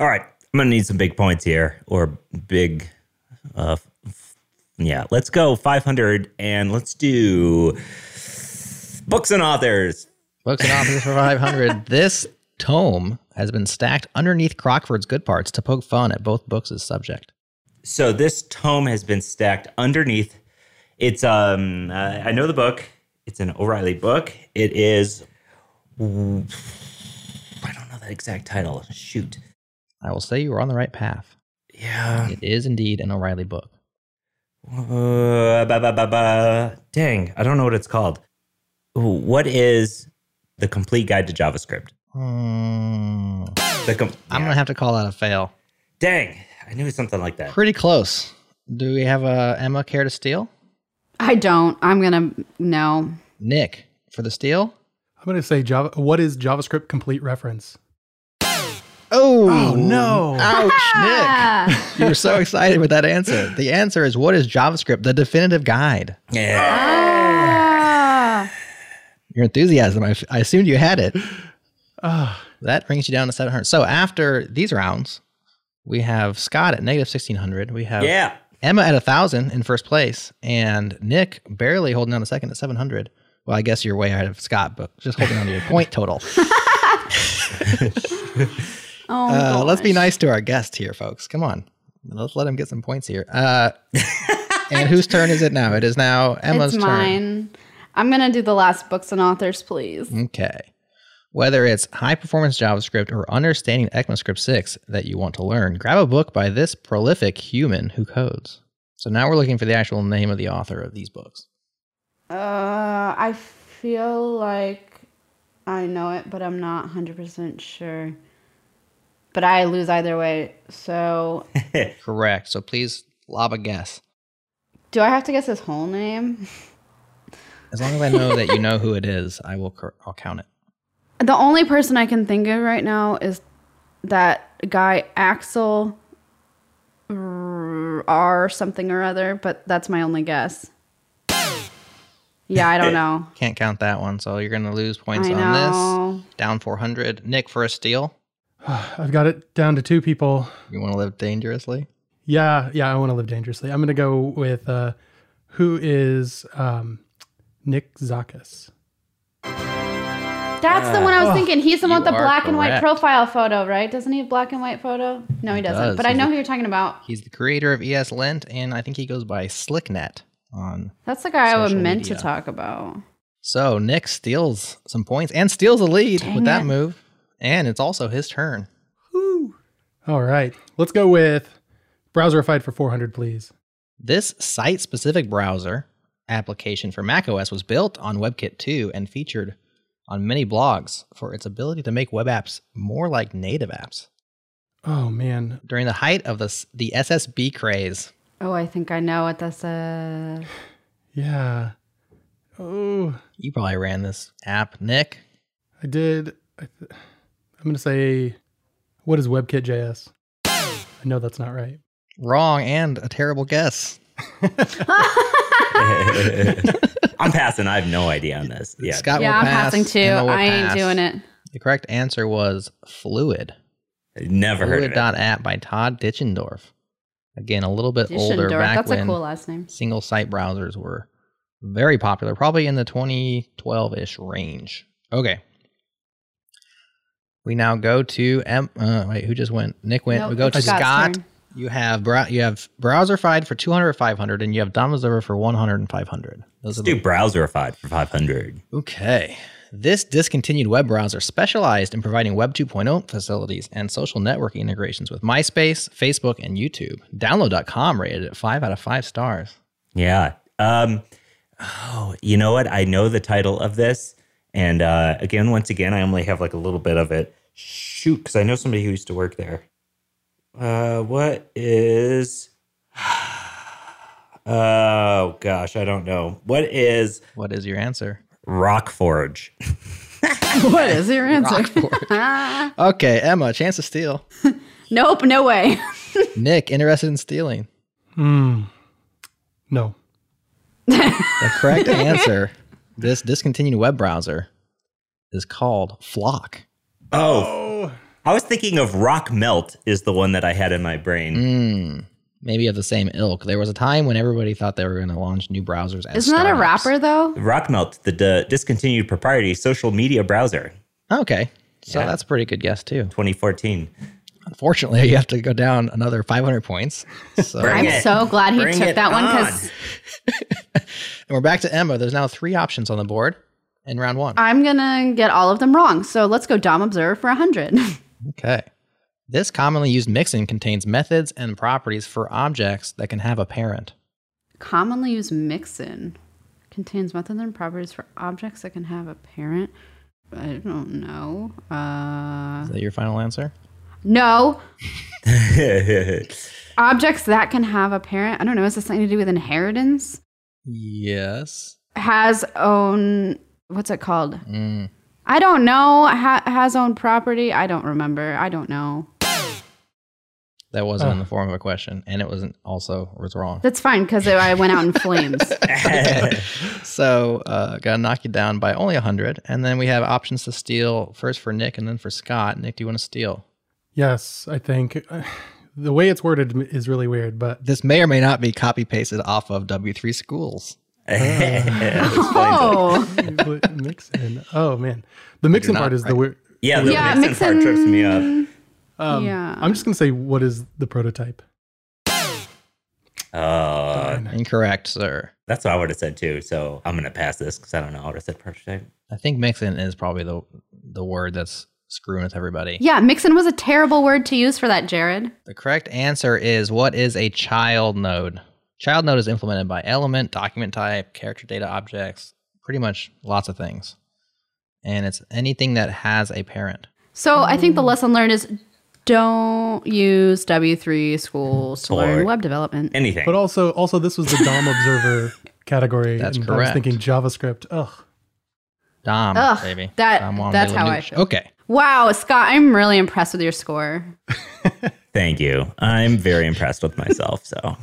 S3: All right. I'm going to need some big points here or big. Uh, f- yeah. Let's go 500 and let's do books and authors.
S1: Books and offices for [laughs] 500. This tome has been stacked underneath Crockford's good parts to poke fun at both books' subject.
S3: So this tome has been stacked underneath. It's um uh, I know the book. It's an O'Reilly book. It is I don't know the exact title. Shoot.
S1: I will say you were on the right path.
S3: Yeah.
S1: It is indeed an O'Reilly book.
S3: Uh, ba, ba, ba, ba. Dang, I don't know what it's called. Ooh, What is the complete guide to JavaScript?
S1: Hmm.
S3: The com-
S1: I'm going
S3: yeah.
S1: to have to call that a fail.
S3: Dang, I knew it was something like that.
S1: Pretty close. Do we have a Emma care to steal?
S4: I don't. I'm gonna
S3: [laughs]
S4: no.
S1: Nick for the steal?
S2: I'm gonna say Java. What is JavaScript complete reference? [sighs]
S1: Oh,
S2: Oh, no. [laughs]
S1: Ouch,
S4: Ah,
S1: Nick. You were so excited with that answer. The answer is what is JavaScript? The definitive guide. [laughs]
S3: Yeah.
S4: ah.
S1: Your enthusiasm, I, I assumed you had
S2: [sighs]
S1: it.
S2: Ah,
S1: That brings you down to 700. So after these rounds, we have Scott at negative 1600. We have
S3: Yeah. [laughs]
S1: Emma at 1000 in first place, and Nick barely holding on to second at 700. Well, I guess you're way ahead of Scott, but just holding on to your point
S4: [laughs]
S1: total.
S4: Oh, my
S1: Uh, let's be
S4: gosh.
S1: nice to our guest here, folks. Come on. Let's let him get some points here. Uh, [laughs] and whose turn is it now? It is now Emma's
S4: it's
S1: turn.
S4: mine. I'm gonna do the last books and authors, please.
S1: Okay. Whether it's high performance JavaScript or understanding ECMAScript 6 that you want to learn, grab a book by this prolific human who codes. So now we're looking for the actual name of the author of these books.
S4: Uh, I feel like I know it, but I'm not 100 percent sure. But I lose either way.
S1: [laughs]
S4: So,
S1: Correct. So please lob a guess.
S4: do I have to guess his whole name?
S1: As long as I know that you know who it is, I will cor- I'll count it.
S4: The only person I can think of right now is that guy Axel R something or other, but that's my only guess.
S1: [laughs]
S4: Yeah, I don't know.
S1: Can't count that one, so you're going to lose points
S4: I
S1: on
S4: know.
S1: this. Down 400. Nick for a steal.
S2: I've got it down to two people.
S1: You want to live dangerously?
S2: Yeah, yeah, I want to live dangerously. I'm going to go with uh, who is um, Nick Zakis.
S4: That's the one I was thinking. He's the one with the
S1: you are
S4: black and white
S1: correct.
S4: profile photo, right? Doesn't he have black and white photo? No, he doesn't.
S1: does.
S4: But I
S1: He's
S4: know
S1: a-
S4: who you're talking about.
S1: He's the creator of ES Lint, and I think he goes by Slicknet on.
S4: That's the guy I was
S1: Social
S4: meant
S1: media.
S4: to talk about.
S1: So Nick steals some points and steals a lead
S4: Dang
S1: with that
S4: it.
S1: move, and it's also his turn.
S2: All right, let's go with Browserified for 400, please.
S1: This site specific browser application for macOS was built on WebKit 2 and featured on many blogs for its ability to make web apps more like native apps.
S2: Oh, man.
S1: During the height of the, s- the SSB craze,
S4: Oh, I think I know what that's
S1: [laughs]
S4: uh
S2: Yeah. Oh,
S1: you probably ran this app, Nick.
S2: I did. I th- I'm going to say, what is WebKit.js? I know that's not right.
S1: Wrong and a terrible guess.
S3: I'm passing. I have no idea on this. Yeah.
S1: Scott
S4: Yeah,
S1: will
S4: I'm
S1: pass,
S4: passing too.
S1: Emma will
S4: I ain't
S1: pass.
S4: doing it.
S1: The correct answer was Fluid.
S3: Never heard of it.
S1: Fluid.app by Todd Ditchendorf. Again, a little bit older
S4: Dischendorf.
S1: back
S4: That's
S1: when
S4: a cool
S1: [laughs]
S4: last name.
S1: single site browsers were very popular, probably in the 2012 ish range. Okay. We now go to M. Uh, wait, who just went? Nick went.
S4: Nope,
S1: we go
S4: it's
S1: to
S4: Scott's
S1: Scott.
S4: turn.
S1: You have brow- you have browserfied for 200 500, and you have Dom Observer for 100 and 500. Those are the
S3: Let's do browserified for 500.
S1: Okay. This discontinued web browser specialized in providing Web 2.0 facilities and social networking integrations with MySpace, Facebook, and YouTube. Download.com rated it 5 out of 5 stars.
S3: Yeah. Um, oh, you know what? I know the title of this. And uh, again, once again, I only have like a little bit of it. Shoot, because I know somebody who used to work there. Uh, what is. [sighs] Oh, gosh, I don't know. What is
S1: What is your answer?
S3: Rockforge?
S4: What is your answer?
S1: Okay, Emma, chance to steal.
S4: [laughs] nope, no way.
S1: Nick, interested in stealing.
S2: Hmm. No.
S1: The
S4: [laughs]
S1: correct answer this discontinued web browser is called Flock.
S3: Oh,
S2: Oh,
S3: I was thinking of Rock Melt, is the one that I had in my brain.
S1: Hmm. Maybe of the same ilk. There was a time when everybody thought they were going to launch new browsers as
S4: Isn't that a
S1: startups.
S4: rapper though?
S3: Rockmelt, the d- discontinued proprietary social media browser,
S1: Okay. So that's a pretty good guess, too.
S3: 2014.
S1: Unfortunately, [laughs] you have to go down another 500
S4: [laughs]
S1: points. So,
S3: Bring
S1: and
S4: I'm
S3: it.
S4: so glad he
S3: Bring
S4: took
S3: it
S4: that one
S3: on. [laughs]
S4: because
S1: we're back to Emma. There's now three options on the board in round one.
S4: I'm gonna get all of them wrong. So let's go Dom Observer for hundred. [laughs]
S1: Okay. This commonly used mixin contains methods and properties for objects that can have a parent.
S4: Commonly used mixin contains methods and properties for objects that can have a parent. I don't know. Uh,
S1: Is that your final answer?
S4: no objects that can have a parent. I don't know. Is this something to do with inheritance?
S1: Yes.
S4: Has own. What's it called?
S1: Mm.
S4: I don't know. Ha- has own property. I don't remember. I don't know.
S1: That wasn't in
S2: Uh.
S1: the form of a question, and it wasn't also was [laughs] wrong.
S4: That's fine because I went out
S3: [laughs]
S4: in flames.
S1: So, uh, gotta knock you down by only 100. And then we have options to steal first for Nick and then for Scott. Nick, do you want to steal?
S2: yes, I think. [sighs] The way it's worded is really weird, but
S1: This may or may not be copy pasted off of W3 Schools.
S2: [laughs]
S4: oh,
S2: Mixin. Oh man, the Mixin
S1: not
S2: part is the weird.
S3: yeah, the
S4: Yeah,
S3: mixin part trips me up.
S2: Um,
S4: Yeah.
S2: I'm just gonna say, what is the prototype?
S3: Uh,
S1: Incorrect, sir.
S3: that's what I would have said too. So I'm gonna pass this because I don't know. I would have said prototype.
S1: I think mixin is probably the the word that's screwing with everybody.
S4: yeah. Mixin was a terrible word to use for that, Jared.
S1: The correct answer is what is a child node? Child node is implemented by element, document type, character data objects, pretty much lots of things. And it's anything that has a parent.
S4: So I think the lesson learned is don't use W3 schools to
S3: Or-
S4: learn web development.
S3: Anything.
S2: But also, also this was the
S1: [laughs]
S2: DOM observer category.
S1: That's
S2: and
S1: correct.
S2: I was thinking JavaScript. Ugh.
S1: Dom,
S4: Ugh,
S1: baby.
S4: that-
S1: Dom Juan
S4: that's how I
S1: Miloš.
S4: feel.
S1: Okay.
S4: Wow, Scott, I'm really impressed with your score.
S3: Thank you. I'm very impressed with myself. So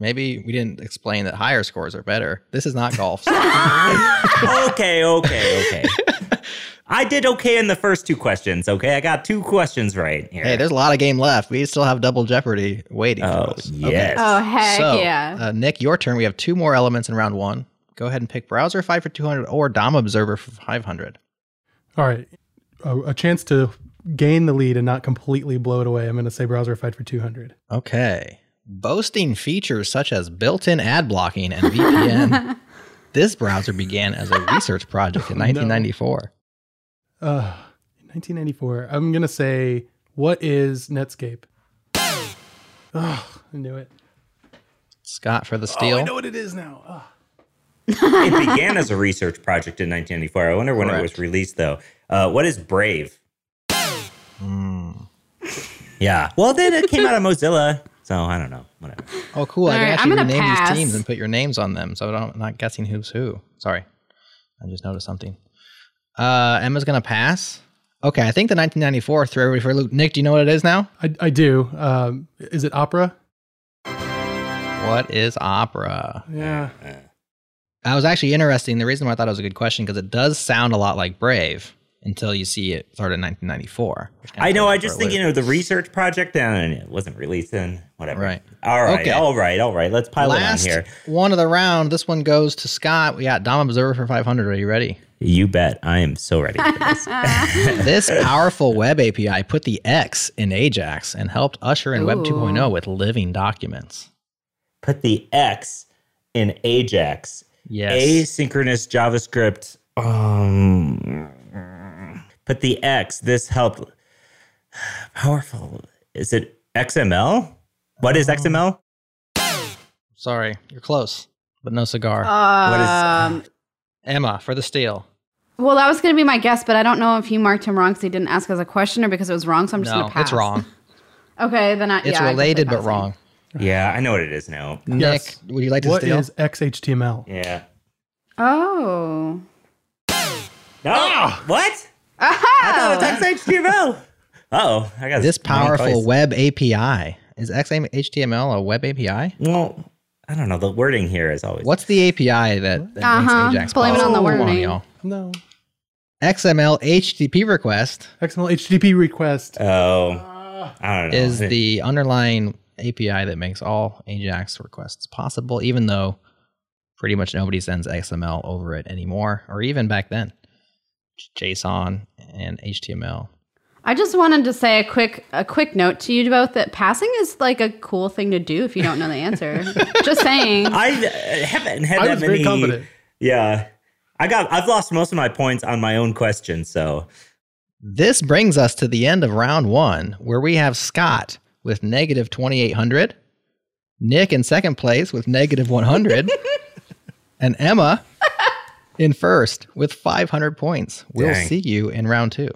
S1: Maybe we didn't explain that higher scores are better. This is not golf.
S4: [laughs]
S3: okay, okay, okay. I did okay in the first two questions. Okay, I got two questions right here.
S1: hey, there's a lot of game left. We still have double jeopardy waiting
S3: oh
S1: for us.
S3: yes.
S4: Oh heck
S1: so,
S4: yeah!
S1: uh, Nick, your turn. We have two more elements in round one. Go ahead and pick Browser 5 for 200 or Dom Observer for 500.
S2: All right. A, a chance to gain the lead and not completely blow it away. I'm going to say browser fight for 200.
S1: Okay. Boasting features such as built in ad blocking and
S4: [laughs]
S1: VPN, this browser began as a research project in
S2: Oh, No.
S1: 1994.
S2: Uh, 1994. I'm going to say, what is Netscape? Oh, I knew it.
S1: Scott for the
S2: Oh, I
S1: steal.
S2: know what it is now. Ah.
S3: it began as a research project in 1994. I wonder when it was
S1: Correct.
S3: released, though. Uh, what is Brave?
S1: Hmm.
S3: Yeah. Well, then it came out of Mozilla, so I don't know. Whatever.
S1: Oh, cool. I
S4: All
S1: can
S4: right,
S1: actually
S4: I'm gonna
S1: rename these
S4: pass.
S1: teams and put your names on them. So I don't- I'm not guessing who's who. Sorry. I just noticed something. Uh, Emma's going to pass. Okay. I think the 1994 threw everybody for a loop. Nick, do you know what it is now?
S2: I, I do. Um, is it opera?
S1: What is opera?
S2: Yeah.
S1: I was actually interesting. The reason why I thought it was a good question because it does sound a lot like Brave until you see it started in 1994. which kinda
S3: I know.
S1: throws
S3: I
S1: you for
S3: just
S1: a
S3: think you
S1: loop.
S3: know the research project, and it wasn't released, and whatever.
S1: Right.
S3: All right.
S1: Okay.
S3: All right. All right. Let's pile
S1: Last
S3: it on here.
S1: one of the round. This one goes to Scott. We got Dom Observer for 500. Are you
S3: [laughs]
S1: ready?
S3: You bet. I am so ready. For this.
S1: this powerful web API put the X in Ajax and helped usher in Web
S4: Ooh.
S1: 2.0 with living documents.
S3: Put the X in Ajax.
S1: Yes.
S3: Asynchronous JavaScript. Um, put the X. This helped. [sighs] Powerful. Is it XML? What
S2: Um,
S3: is XML?
S1: Sorry, you're close, but no cigar.
S4: Uh, um,
S1: Emma for the steal.
S4: well, that was gonna be my guess, but I don't know if he marked him wrong because he didn't ask as a question or because it was wrong. So I'm just
S1: no,
S4: gonna pass.
S1: it's
S4: [laughs]
S1: wrong.
S4: Okay, then I,
S1: It's
S4: yeah, I
S1: related but
S4: definitely
S1: wrong.
S3: Yeah, I know what it is now.
S1: Nick,
S2: Yes.
S1: would you like to
S2: What
S1: steal?
S2: is XHTML?
S3: Yeah.
S4: passed him. Oh.
S3: No.
S2: Ah!
S3: What?
S4: Oh.
S3: I thought it was XHTML. Oh, I got
S1: this
S3: the wrong
S1: powerful
S3: place.
S1: web API is XML a web API?
S3: Well, I don't know. The wording here is always
S1: What's the API that, that
S4: Uh-huh,
S1: makes Ajax
S4: blame it on
S1: possible?
S4: the
S1: Come
S4: wording.
S1: y'all.
S2: No.
S1: XML HTTP request
S2: XML HTTP request.
S3: Oh, I don't know.
S1: is the underlying API that makes all Ajax requests possible, even though pretty much nobody sends XML over it anymore, or even back then. J- JSON and HTML.
S4: I just wanted to say a quick a quick note to you both that passing is like a cool thing to do if you don't know
S1: [laughs]
S4: the answer. just saying.
S3: I uh, haven't had
S2: I
S3: that
S2: was very
S3: many-
S2: confident.
S3: Yeah, I got. I've lost most of my points on my own question. So
S1: This brings us to the end of round one, where we have Scott with negative 2,800, Nick in second place with negative 100, and Emma in first with 500 points. We'll
S3: Dang.
S1: see you in round two.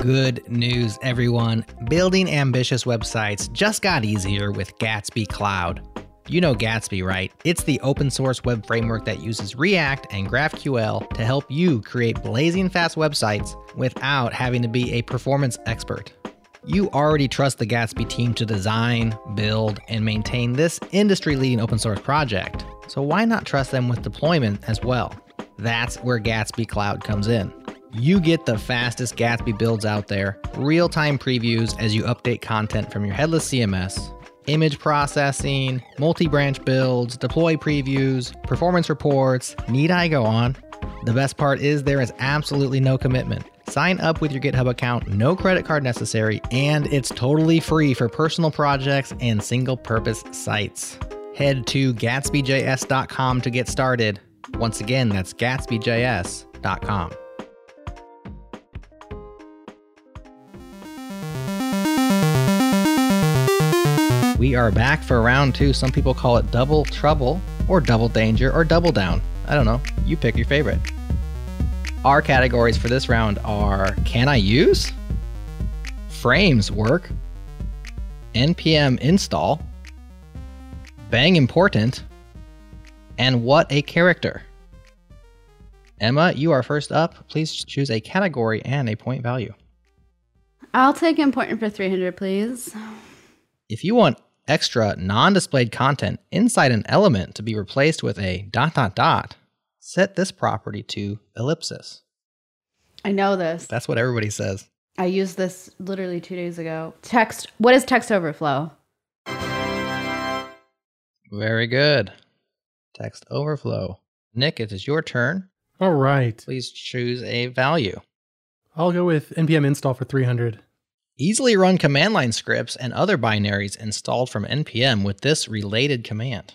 S1: Good news, everyone. Building ambitious websites just got easier with Gatsby Cloud. You know Gatsby, right? It's the open source web framework that uses React and GraphQL to help you create blazing fast websites without having to be a performance expert. You already trust the Gatsby team to design, build, and maintain this industry leading open source project, so why not trust them with deployment as well? That's where Gatsby Cloud comes in. You get the fastest Gatsby builds out there, real time previews as you update content from your headless CMS, image processing, multi branch builds, deploy previews, performance reports. Need I go on? The best part is there is absolutely no commitment. Sign up with your GitHub account, no credit card necessary, and it's totally free for personal projects and single purpose sites. Head to GatsbyJS.com to get started. Once again, that's GatsbyJS.com. We are back for round two. Some people call it double trouble or double danger or double down. I don't know. You pick your favorite. Our categories for this round are Can I Use? Frames Work, NPM Install, Bang Important, and What a Character. Emma, you are first up. Please choose a category and a point value.
S4: I'll take important for 300, please.
S1: If you want extra non displayed content inside an element to be replaced with a dot dot dot, set this property to ellipsis.
S4: I know this.
S1: That's what everybody says.
S4: I used this literally two days ago. Text. What is text overflow?
S1: Very good. Text overflow. Nick, it is your turn.
S2: All right.
S1: Please choose a value.
S2: I'll go with npm install for 300.
S1: Easily run command line scripts and other binaries installed from npm with this related command.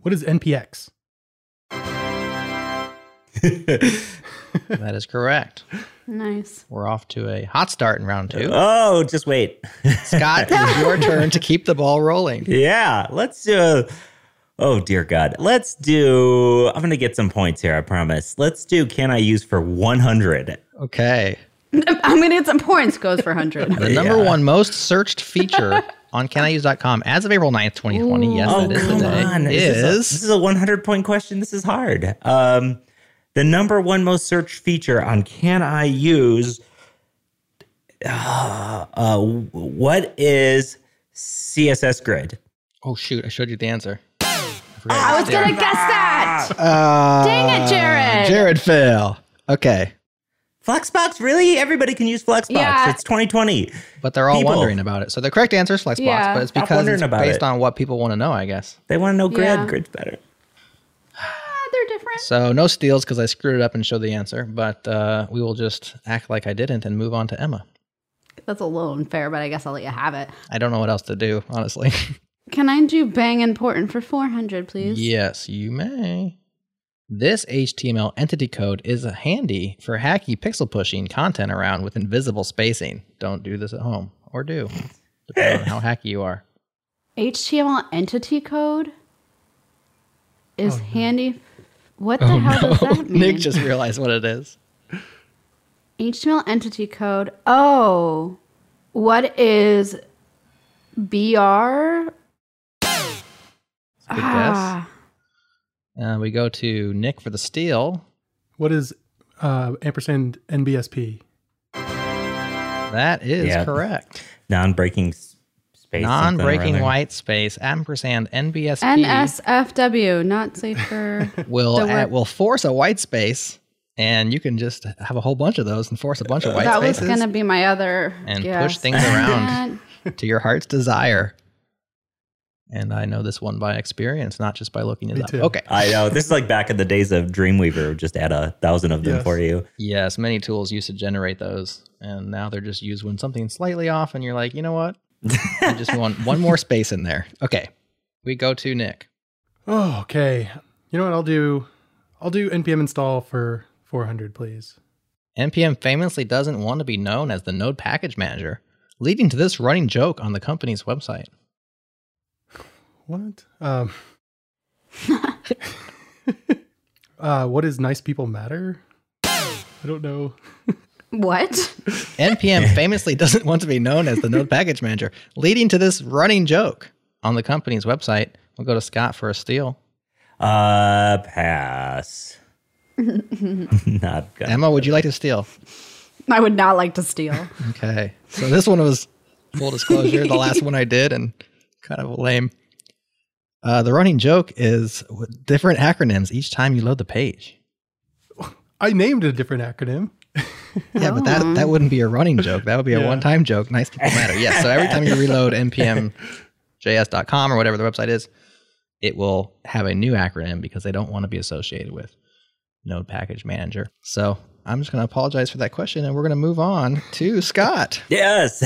S2: What is npx?
S1: that is correct.
S4: Nice.
S1: We're off to a hot start in round two.
S3: oh, just wait.
S1: Scott, it is your turn to keep the ball rolling.
S3: Yeah, let's do. Oh dear God, let's do. I'm gonna get some points here. I promise. Let's do. Can I use for 100?
S1: Okay.
S4: [laughs] I'm gonna get some points. Goes for 100.
S1: [laughs] The number one most searched feature [laughs] on caniuse.com as of April 9th, 2020. Yes,
S3: Oh
S1: that is
S3: come
S1: today.
S3: on! Is this, a,
S1: Is,
S3: this is a 100 point question. This is hard. Um, the number one most searched feature on Can I use? Uh, uh, what is CSS grid?
S1: oh, shoot. I showed you the answer.
S3: Ah,
S4: I was gonna guess that. Ah,
S1: Uh,
S4: Dang it, Jared.
S1: Jared fail. Okay.
S3: Flexbox, really? Everybody can use Flexbox.
S4: Yeah.
S3: It's 2020.
S1: But they're all
S3: People.
S1: wondering about it. So the correct answer is Flexbox,
S4: Yeah.
S1: but it's
S3: Stop
S1: because
S3: wondering
S1: it's
S3: about
S1: based
S3: it.
S1: on what people want to know, I guess.
S3: They want to know grid.
S4: Yeah.
S3: Grid's better.
S4: Ah, they're different.
S1: So no steals because I screwed it up and showed the answer, but uh, we will just act like I didn't and move on to Emma.
S4: That's a little unfair, but I guess I'll let you have it.
S1: I don't know what else to do, honestly. [laughs]
S4: Can I do bang important for 400, please?
S1: yes, you may. This HTML entity code is handy for hacky pixel pushing content around with invisible spacing. Don't do this at home, or do, depending
S4: [laughs]
S1: on how hacky you are.
S4: HTML entity code is handy. What the
S1: Oh,
S4: hell does that
S1: [laughs]
S4: mean?
S1: Nick just realized what it is.
S4: HTML entity code. Oh, what is BR?
S1: It's a Good
S4: Ah.
S1: guess. Uh, we go to Nick for the steal.
S2: What is uh, ampersand NBSP?
S1: That is
S3: Yeah.
S1: correct.
S3: Non-breaking s- space. something or
S1: Non-breaking
S3: other.
S1: white space ampersand NBSP.
S4: NSFW, not safe for.
S1: will
S4: The
S1: uh,
S4: word-
S1: will force a white space, and you can just have a whole bunch of those and force a bunch of [laughs] white
S4: that was
S1: spaces
S4: going to be my other.
S1: and
S4: guess.
S1: push things
S4: [laughs]
S1: around to your heart's desire. And I know this one by experience, not just by looking it
S2: Me
S1: up.
S2: too.
S1: Okay.
S3: I know. This is like back in the days of Dreamweaver. Just add a thousand of them
S2: Yes.
S3: for you.
S1: Yes, many tools used to generate those, and now they're just used when something's slightly off, and you're like, you know what? I just want
S2: [laughs]
S1: one more space in there. Okay. We go to Nick.
S2: Oh, okay. You know what? I'll do. I'll do npm install for 400, please.
S1: NPM famously doesn't want to be known as the node package manager, leading to this running joke on the company's website.
S2: What? Um, [laughs] uh, what is nice people matter? I don't know.
S4: What? [laughs]
S2: [laughs]
S1: NPM famously doesn't want to be known as the node package manager, leading to this running joke on the company's website. We'll go to Scott for a steal.
S3: Uh, pass. [laughs] Not good.
S1: Emma, would you like to steal?
S4: I would not like to steal.
S1: Okay. So this one was full disclosure, the last one I did, and kind of lame. Uh, the running joke is with different acronyms each time you load the page.
S2: I named a different acronym.
S1: Yeah, but that, that wouldn't be a running joke. That would be a
S2: Yeah.
S1: one time joke. Nice people matter. Yes. So every time you reload npmjs.com or whatever the website is, it will have a new acronym because they don't want to be associated with Node Package Manager. So I'm just going to apologize for that question and we're going to move on to Scott.
S3: Yes.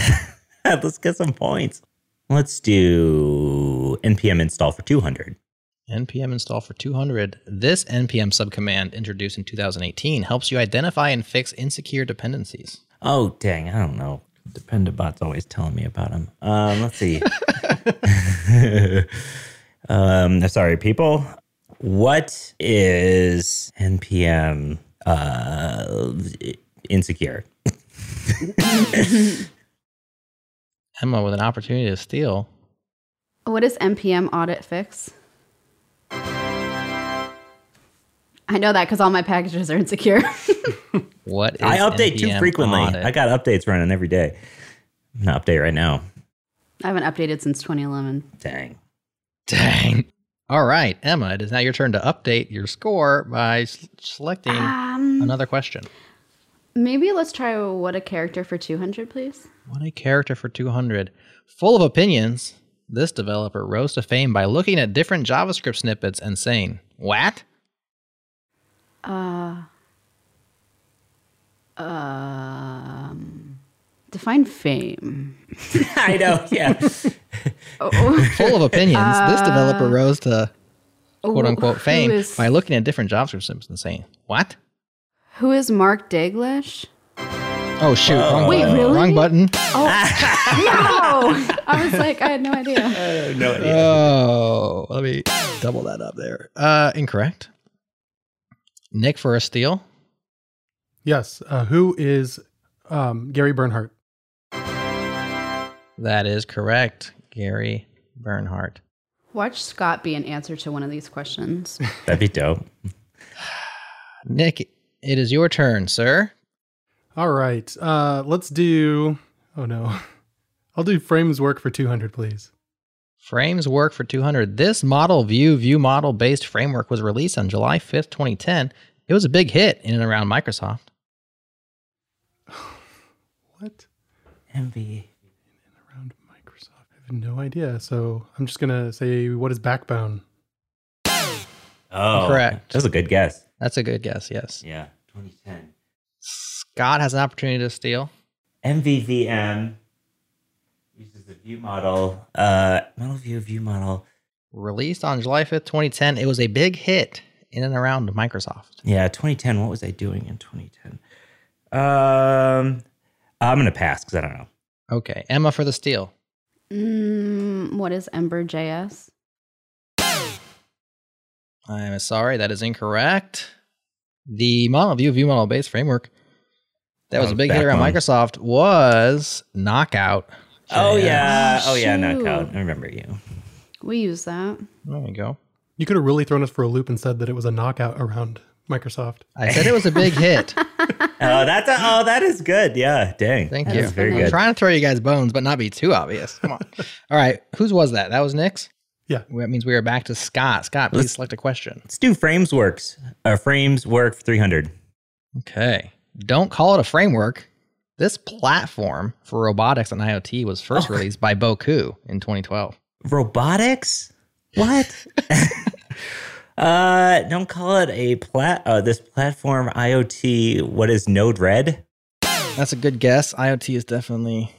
S3: [laughs] Let's get some points. Let's do npm install for 200.
S1: npm install for 200. This npm subcommand introduced in 2018 helps you identify and fix insecure dependencies.
S3: Oh, dang. I don't know. Dependabot's always telling me about them. Um, let's see. [laughs] um, sorry, people. What is npm uh, insecure?
S1: Emma with an opportunity to steal.
S4: What is npm audit fix? I know that because all my packages are insecure. [laughs]
S1: What is
S3: I update too
S1: NPM
S3: frequently.
S1: audit?
S3: I got updates running every day. Not update right now.
S4: I haven't updated since 2011.
S3: Dang.
S1: [laughs] Dang. All right, Emma, it is now your turn to update your score by s- selecting
S4: Um,
S1: another question.
S4: Maybe let's try what a character for 200, please.
S1: What a character for 200. Full of opinions, this developer rose to fame by looking at different JavaScript snippets and saying, What?
S4: Uh, um, define fame.
S3: [laughs] I know. Yeah.
S4: [laughs]
S3: [laughs]
S4: Oh,
S1: Full of opinions, this developer rose to quote unquote
S4: who
S1: fame
S4: is-
S1: by looking at different JavaScript snippets and saying, What?
S4: who is Mark Daglish?
S1: Oh, shoot. Wrong
S4: Wait,
S1: button.
S4: really?
S1: Wrong button.
S4: Oh, no! I was like, I had
S3: [laughs]
S4: no idea.
S3: no idea.
S1: Oh, let me double that up there. Uh, incorrect. Nick for a steal.
S2: Yes. Uh, who is um, Gary Bernhardt?
S1: That is correct. Gary Bernhardt.
S4: Watch Scott be an answer to one of these questions.
S3: That'd be dope.
S1: Nick, it is your turn, sir.
S2: All right. Uh, let's do. Oh no, [laughs] I'll do Frame's work for 200, please.
S1: Frames work for 200. This model view view model based framework was released on July 5th, 2010. It was a big hit in and around Microsoft.
S2: What?
S3: MV.
S2: Around Microsoft. I have no idea. So I'm just gonna say, what is Backbone?
S3: Oh,
S1: Correct.
S3: That's a good guess.
S1: That's a good guess, yes.
S3: Yeah. 2010.
S1: Scott has an opportunity to steal.
S3: MVVM uses the view model, uh, model view view model.
S1: Released on July 5th, 2010, it was a big hit in and around Microsoft.
S3: Yeah, 2010. What was I doing in 2010? Um, I'm gonna pass because I don't know.
S1: Okay, Emma for the steal.
S4: Mm, what is Ember JS?
S1: I'm sorry, that is incorrect. The model view view model based framework that
S3: Oh, That
S1: was a
S3: was
S1: big hit around
S3: Backbone.
S1: Microsoft was Knockout.
S3: Oh yeah,
S4: Oh,
S3: oh yeah,
S4: shoot.
S3: knockout. I remember you.
S4: We use that.
S1: There we go.
S2: You could have really thrown us for a loop and said that it was a knockout around Microsoft.
S1: I said it was a big
S4: [laughs]
S1: hit.
S3: Oh, that's a, oh, that is good. Yeah, dang.
S1: Thank
S4: That
S1: you.
S4: is very
S1: I'm
S4: good.
S1: trying to throw you guys bones, but not be too obvious.
S3: [laughs]
S1: Come on. All right. Whose was that? That was Nick's?
S2: Yeah.
S1: That means we are back to Scott. Scott, please
S3: Let's-
S1: select a question.
S3: Let's do frames works. Uh, frames work 300.
S1: Okay. Don't call it a framework. This platform for robotics and IoT was first released by Boku in 2012.
S3: Robotics? What? [laughs] uh, don't call it a plat. Uh, this platform IoT. What is Node Red?
S1: That's a good guess. IoT is definitely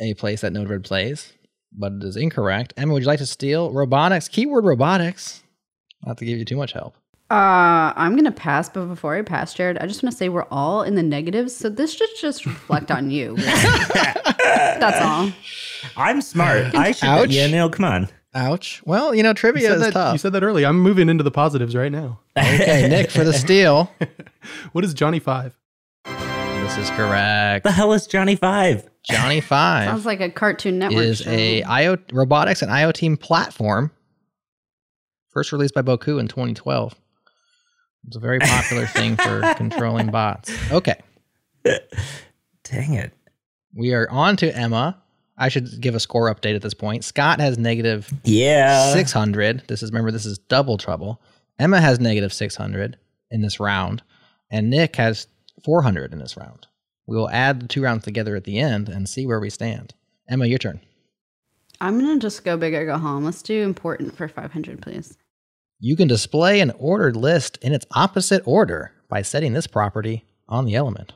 S1: a place that Node-RED plays, but it is incorrect. Emma, would you like to steal robotics? Keyword robotics. Not to give you too much help.
S4: Uh, I'm gonna pass, but before I pass, Jared, I just want to say we're all in the negatives, so this should just reflect on you.
S3: [laughs]
S4: That's all.
S3: I'm smart. I should.
S1: Ouch.
S3: Yeah, no, come on.
S1: Ouch. Well, you know, trivia
S2: said
S1: is
S2: that,
S1: tough.
S2: you said that early. I'm moving into the positives right now.
S3: [laughs]
S1: okay, Nick [laughs] for the steal.
S2: What is Johnny Five?
S1: This is correct.
S3: The hell is Johnny Five?
S1: Johnny Five
S4: Sounds like a Cartoon Network
S1: is
S4: show.
S1: a IO robotics and IoT platform. First released by Boku in 2012. It's a very popular thing for controlling bots. Okay,
S3: Dang it.
S1: we are on to Emma. I should give a score update at this point. Scott has negative
S3: Yeah.
S1: 600. This is remember this is double trouble. Emma has negative 600 in this round, and Nick has 400 in this round. We will add the two rounds together at the end and see where we stand. Emma, your turn.
S4: I'm gonna just go big or go home. Let's do important for 500, please.
S1: You can display an ordered list in its opposite order by setting this property on the element.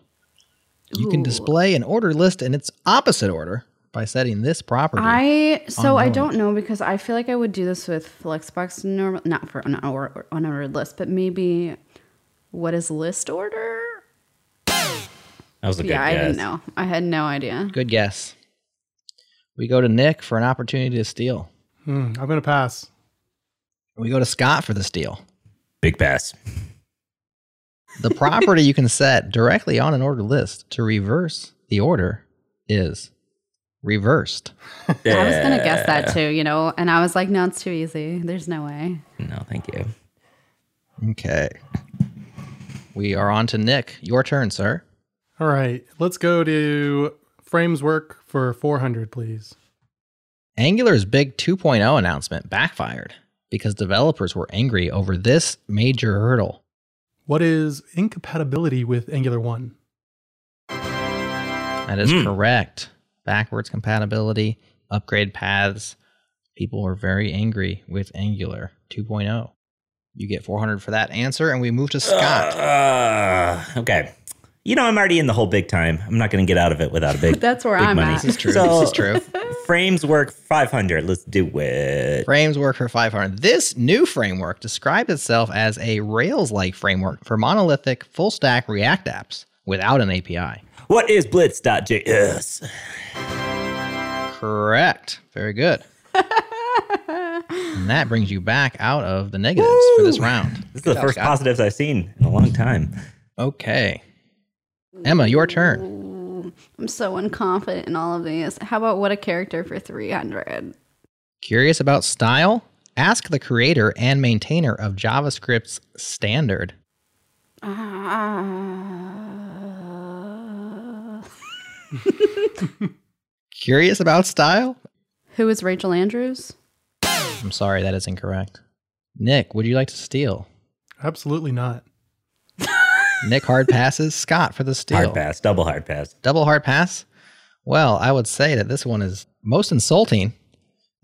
S1: You can
S4: Ooh.
S1: display an ordered list in its opposite order by setting this property.
S4: I so I
S1: Unknown.
S4: don't know because I feel like I would do this with Flexbox normal, not for an or, or on ordered list, but maybe what is list order?
S3: That was a good
S4: Yeah, I
S3: guess.
S4: didn't know. I had no idea.
S1: Good guess. We go to Nick for an opportunity to steal.
S2: Hmm, I'm gonna pass.
S1: We go to Scott for the steal.
S3: Big pass.
S1: The property
S4: [laughs]
S1: you can set directly on an ordered list to reverse the order is reversed.
S4: I was gonna guess that too, you know, and I was like, no, it's too easy. There's no way.
S3: No, thank you.
S1: Okay. We are on to Nick. Your turn, sir.
S2: All right, let's go to frames work for 400, please.
S1: Angular's big 2.0 announcement backfired because developers were angry over this major hurdle.
S2: What is incompatibility with Angular 1?
S1: That is
S3: Hmm.
S1: correct. Backwards compatibility, upgrade paths. People were very angry with Angular 2.0. You get 400 for that answer, and we move to Scott.
S3: Ah. Uh, okay. You know, I'm already in the whole big time. I'm not going to get out of it without a
S4: [laughs]
S3: big.
S4: That's where
S3: Big
S4: I'm
S3: money.
S4: at.
S1: this is true.
S3: So-
S1: this is true. [laughs]
S3: Frames work 500. Let's do it.
S1: Frames work for 500. This new framework described itself as a Rails like framework for monolithic full stack React apps without an API.
S3: What is blitz.js?
S1: Correct. Very good. and that brings you back out of the negatives for this round.
S3: This is the first positives I've seen in a long time.
S1: Okay. Emma, your turn.
S4: Ooh, I'm so unconfident in all of these. How about what a character for 300?
S1: Curious about style? Ask the creator and maintainer of JavaScript's standard.
S4: Ah.
S1: Curious about style?
S4: Who is Rachel Andrews?
S1: I'm sorry, that is incorrect. Nick, would you like to steal?
S2: Absolutely not. [sighs]
S1: Nick hard passes Scott for the steal.
S3: Hard pass, double hard pass.
S1: Double hard pass? Well, I would say that this one is most insulting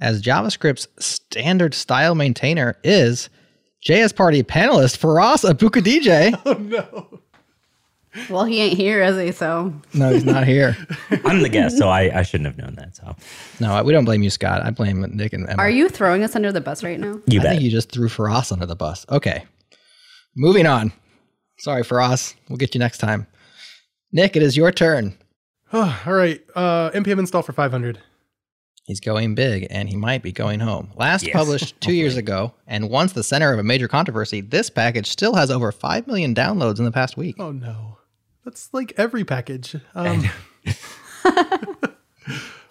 S1: as JavaScript's standard style maintainer is JS Party panelist Faraz Abuka DJ.
S2: Oh, no.
S4: Well, he ain't here, is he? So
S1: no, he's not here.
S3: I'm the guest, so I, I shouldn't have known that. So
S1: No, I- we don't blame you, Scott. I blame Nick and Emma.
S4: are you throwing us under the bus right now?
S3: you
S1: I
S3: bet.
S1: think you just threw Faraz under the bus. Okay. Moving on. Sorry, Faraz. We'll get you next time. Nick, it is your turn.
S2: Oh, all right. Uh, NPM install for 500.
S1: He's going big and he might be going home. Last
S3: Yes.
S1: published two years ago, and once the center of a major controversy, this package still has over 5 million downloads in the past week.
S2: Oh, no. That's like every package. Um,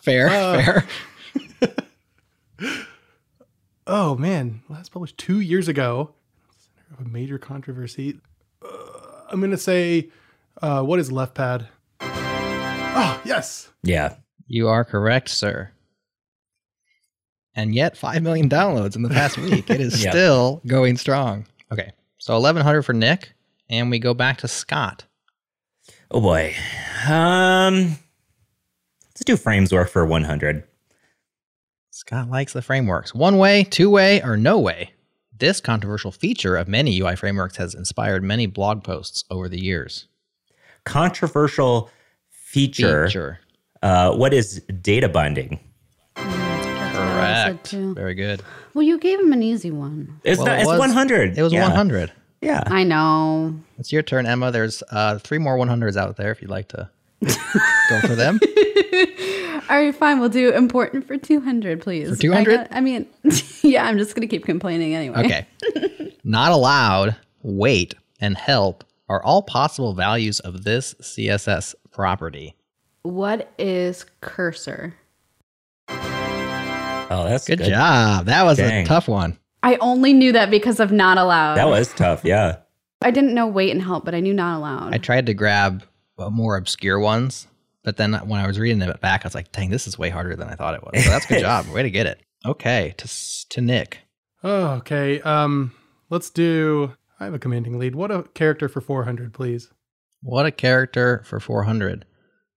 S1: Fair,
S2: Uh,
S1: fair.
S2: oh, man. Last published two years ago. Center of a major controversy. Uh, I'm going to say, uh, what is left pad? Oh, yes.
S3: yeah.
S1: You are correct, sir. And yet, 5 million downloads in the past week. It
S3: [laughs]
S1: is
S3: Yeah.
S1: still going strong. Okay. So 1100 for Nick, and we go back to Scott.
S3: Oh boy. Um, let's do frames work for 100.
S1: Scott likes the frameworks. One way, two way, or no way. This controversial feature of many UI frameworks has inspired many blog posts over the years.
S3: Controversial feature.
S1: Feature.
S3: Uh, what is data binding?
S4: That's what I said
S1: Correct.
S4: too.
S1: Very good.
S4: Well, you gave him an easy one.
S3: It's
S1: Well,
S3: not.
S1: it
S3: it's
S1: was-
S3: 100.
S1: It was
S3: Yeah.
S1: 100.
S3: Yeah.
S4: I know. [laughs]
S1: It's your turn, Emma. There's uh, three more 100s out there if you'd like to go for
S3: [laughs]
S1: them.
S4: All right, fine. We'll do important for 200, please.
S1: For 200?
S4: I, got- I mean, [laughs] yeah, I'm just going to keep complaining anyway.
S1: Okay. Not allowed, wait, and help are all possible values of this CSS property.
S4: What is cursor?
S3: Oh, that's
S1: Good, job. That was
S3: Dang.
S1: a tough one.
S4: I only knew that because of not allowed.
S3: That was tough. Yeah.
S4: I didn't know wait and help, but I knew not allowed.
S1: I tried to grab uh, more obscure ones, but then when I was reading it back, I was like, dang, this is way harder than I thought it was. So
S3: [laughs]
S1: that's good job. Way to get it. Okay, to, s- to Nick.
S2: Oh, okay. Um, let's do. I have a commanding lead. What a character for 400, please.
S1: What a character for 400.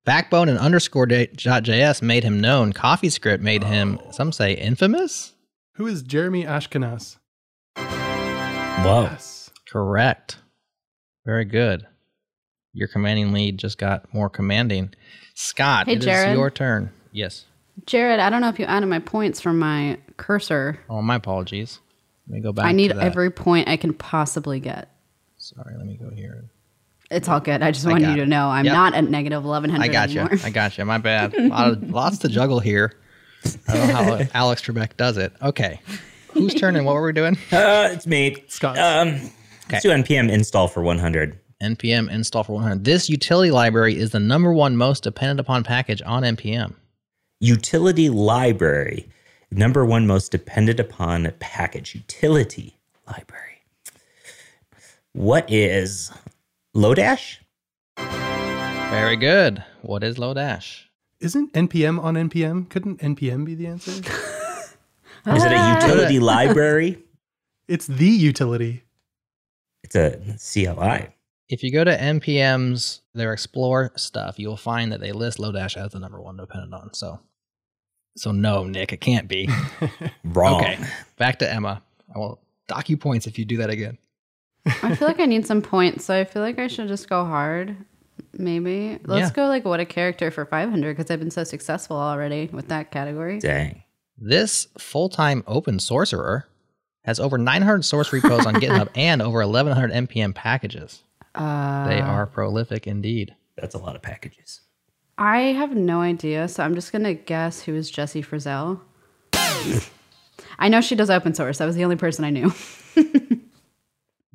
S1: Backbone and underscore da- dot JS made him known. CoffeeScript made him,
S4: Oh.
S1: some say, infamous?
S2: Who is Jeremy Ashkenaz?
S3: Whoa.
S2: Yes.
S1: Correct. Very good. Your commanding lead just got more commanding. Scott,
S4: Hey,
S1: it is
S4: Jared.
S1: your turn. Yes.
S4: Jared, I don't know if you added my points from my cursor.
S1: Oh, my apologies. Let me go back.
S4: I need
S1: to that.
S4: every point I can possibly get.
S1: Sorry, let me go here.
S4: It's all good. I just
S1: I
S4: wanted
S1: got
S4: you to
S1: it.
S4: know I'm
S1: Yep.
S4: not at negative 1100
S1: I got
S4: anymore.
S1: you. I got you. My bad. Lot of- lots to juggle here. I don't know
S4: [laughs]
S1: how Alex Trebek does it. Okay. Whose turn and what were we doing?
S3: Uh, it's me.
S2: Scott.
S3: Um, Let's do npm install for 100.
S1: npm install for 100. This utility library is the number one most depended upon package on npm.
S3: Utility library, number one most depended upon package. Utility library. What is Lodash?
S1: Very good. What is Lodash?
S2: Isn't npm on npm? Couldn't npm be the answer?
S3: Is it a utility library?
S2: It's the utility.
S3: It's a CLI.
S1: If you go to npm's their explore stuff, you'll find that they list Lodash as the number one dependent on. So, so no, Nick, it can't be.
S3: Wrong.
S1: Okay, back to Emma. I will dock you points if you do that again.
S4: [laughs] I feel like I need some points, so I feel like I should just go hard. Maybe let's
S1: Yeah.
S4: go like what a character for 500 because I've been so successful already with that category.
S3: Dang.
S1: This full-time open sorcerer has over 900 source repos on GitHub and over 1,100 npm packages.
S4: Uh,
S1: They are prolific indeed.
S3: That's a lot of packages.
S4: I have no idea, so I'm just gonna guess who is
S1: [laughs]
S4: Jessie Frizzell. I know she does open source. That was the only person I knew.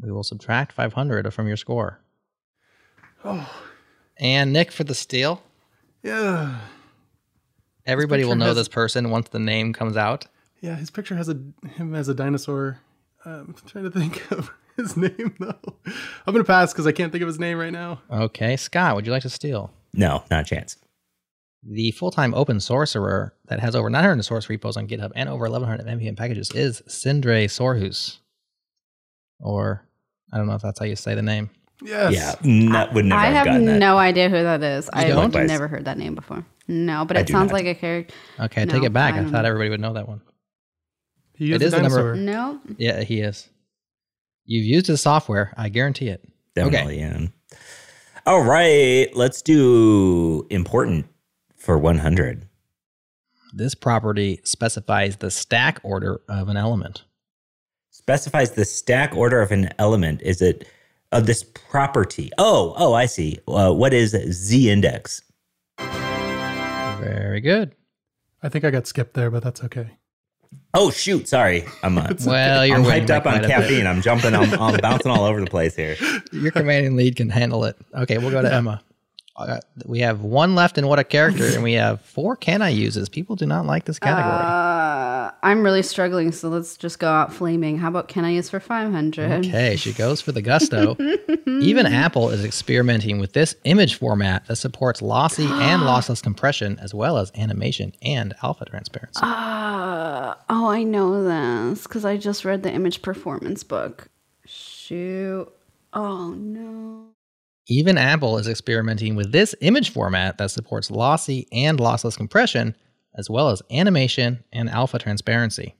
S1: We will subtract 500 from your score.
S4: Oh.
S1: And Nick for the steal.
S2: Yeah.
S1: Everybody will
S2: picture
S1: know
S2: has-
S1: this person once the name comes out.
S2: Yeah, his picture has a him as a dinosaur. Um, I'm trying to think [laughs] of his name though. I'm gonna pass because I can't think of his name right now.
S1: Okay, Scott, would you like to steal?
S3: No, not a chance.
S1: The full-time open sorcerer that has over 900 source repos on GitHub and over 1,100 npm packages is Sindre Sorhus. Or I don't know if that's how you say the name.
S2: Yes.
S3: Yeah, not, would never
S4: I
S3: have,
S4: have
S3: gotten that.
S4: no idea who that is. I've
S1: don't?
S4: never heard that name before. No, but
S3: I
S4: it
S3: do
S4: sounds
S3: not.
S4: like a character.
S1: Okay, I take
S4: No,
S1: it back.
S4: I
S1: I,
S4: don't
S1: thought
S4: know.
S1: everybody would know that one.
S2: He is
S1: It is
S2: a
S1: the number-
S2: dinosaur.
S4: No,
S1: Yeah, he is. You've used his software. I guarantee it.
S3: Definitely am. All right, let's do important for 100.
S1: This property specifies the stack order of an element.
S3: Specifies the stack order of an element. Is it of this property? Oh, oh, I see. Uh, what is z index?
S1: Very good.
S2: I think I got skipped there, but that's okay.
S3: Oh, shoot. Sorry. I'm, uh,
S1: Well, you're
S3: I'm
S1: winning
S3: hyped up
S1: by
S3: on
S1: quite a bit.
S3: caffeine. I'm jumping, I'm, I'm bouncing all over the place here. [laughs]
S1: Your commanding lead can handle it. Okay, we'll go to Emma. Uh, we have one left in what a character, and we have four can I uses. People do not like this category.
S4: uh, I'm really struggling. So let's just go out flaming. How about can I use for 500?
S1: okay, she goes for the
S3: [laughs]
S1: gusto. Even Apple is experimenting with this image format that supports lossy
S3: [gasps]
S1: and lossless compression, as well as animation and alpha transparency.
S4: Uh, oh, I know this because I just read the image performance book. Shoot. Oh, no.
S1: Even Apple is experimenting with this image format that supports lossy and lossless compression, as well as animation and alpha transparency.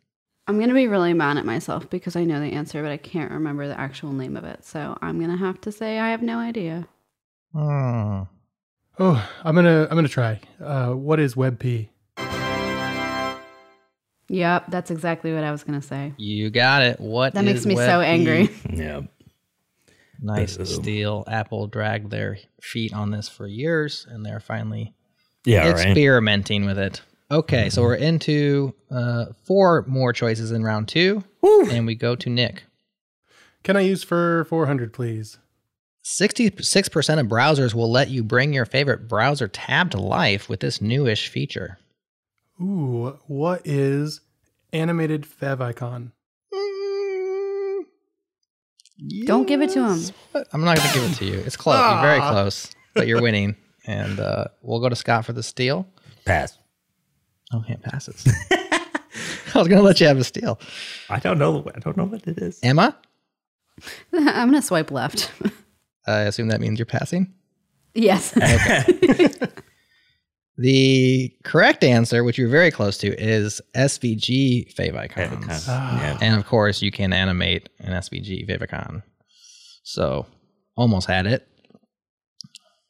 S4: I'm going to be really mad at myself because I know the answer, but I can't remember the actual name of it. So I'm going to have to say I have no idea.
S1: Hmm.
S2: Oh, I'm gonna I'm gonna try. Uh, what is WebP?
S4: Yep, that's exactly what I was going to say.
S1: You got it. What
S4: That makes
S1: is
S4: me so
S1: WebP?
S4: angry.
S3: Yeah.
S1: Nice
S3: Boom.
S1: steal. Apple dragged their feet on this for years, and they're finally
S3: Yeah, right.
S1: experimenting with it. Okay, so we're into uh, four more choices in round two, and we go to Nick.
S2: Can I use for 400, please?
S1: 66% of browsers will let you bring your favorite browser tab to life with this newish feature.
S2: Ooh, what is animated fav icon?
S4: Don't give it to him.
S1: I'm not going to give it to you. It's close. You're very close, but you're winning. And uh, we'll go to Scott for the steal.
S3: Pass.
S1: Oh, it passes. I was going to let you have a steal.
S3: I don't know. I don't know what it is.
S1: Emma,
S4: [laughs] I'm going to swipe left. [laughs]
S1: I assume that means you're passing.
S4: yes.
S1: The correct answer, which you're very close to, is SVG fave icons.
S3: Yeah.
S1: And of course, you can animate an SVG Vivicon. So, almost had it.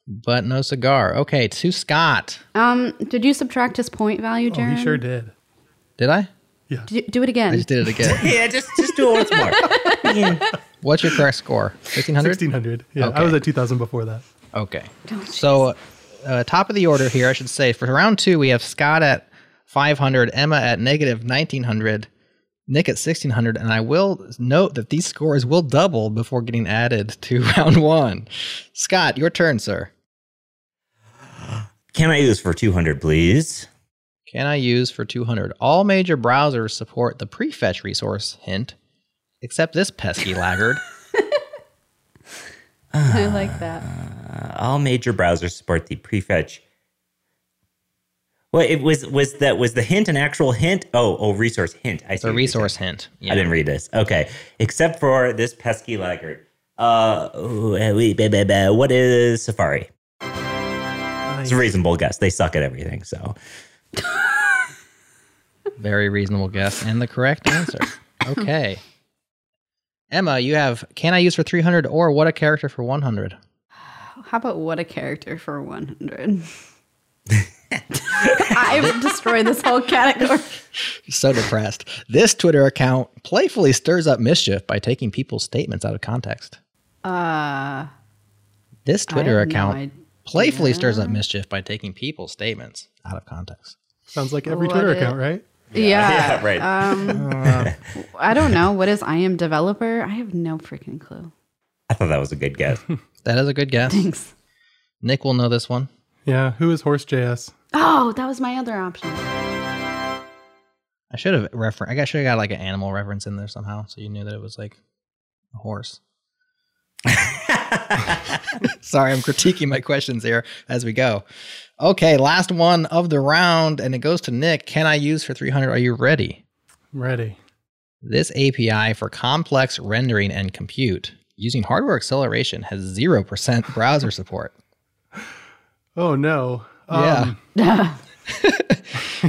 S1: But no cigar. Okay, to Scott.
S4: um, did you subtract his point value,
S2: Oh,
S4: Jared?
S2: he sure did.
S1: Did I?
S4: Do, do it again.
S1: I just did it
S3: [laughs]
S1: again.
S3: Yeah, just just do it once more.
S1: What's your correct score? 1500?
S2: 1600. Yeah,
S1: Okay.
S2: I was at 2000 before that.
S1: Okay. So, uh, top of the order here, I should say, for round two, we have Scott at 500, Emma at negative 1900, Nick at 1600, and I will note that these scores will double before getting added [laughs] to round one. Scott, your turn, sir.
S3: [laughs] Can I use for 200, please?
S1: Can I use for 200? All major browsers support the prefetch resource, hint, except this pesky
S3: [laughs]
S1: laggard.
S4: [laughs] I like that.
S3: Uh, all major browsers support the prefetch Well, it was was that was the hint an actual hint? Oh, oh, resource hint. I
S1: It's a resource hint. Yeah.
S3: I didn't read this. Okay, except for this pesky laggard. Uh, ooh, eh, wee, bah, bah, bah. what is Safari? It's a reasonable guess. They suck at everything. So
S1: Very reasonable guess and the correct
S4: [laughs]
S1: answer. Okay. Emma, you have can I use for 300 or what a character for 100?
S4: How about what a character for 100? [laughs] I've destroyed this whole category.
S1: So depressed. This Twitter account playfully stirs up mischief by taking people's statements out of context.
S4: Uh,
S1: This Twitter
S4: have no
S1: account
S4: idea.
S1: playfully stirs up mischief by taking people's statements out of context.
S2: Sounds like every
S4: What
S2: Twitter
S4: it-
S2: account, right?
S4: yeah.
S3: [laughs] yeah, right.
S4: Um, I don't know. What is I am developer? I have no freaking clue. [laughs]
S3: I thought that was a good [laughs] guess.
S1: That is a good guess.
S4: Thanks.
S1: Nick will know this one.
S2: Yeah. Who is Horse.js?
S4: Oh, that was my other option.
S1: I should have refer I should have got like an animal reference in there somehow so you knew that it was like a horse. Sorry, I'm critiquing my questions here as we go. Okay, last one of the round, and it goes to Nick. Can I use for 300? Are you ready?
S2: I'm ready.
S1: This API for complex rendering and compute using hardware acceleration has 0% [laughs] browser support.
S2: Oh no.
S1: Yeah. [laughs]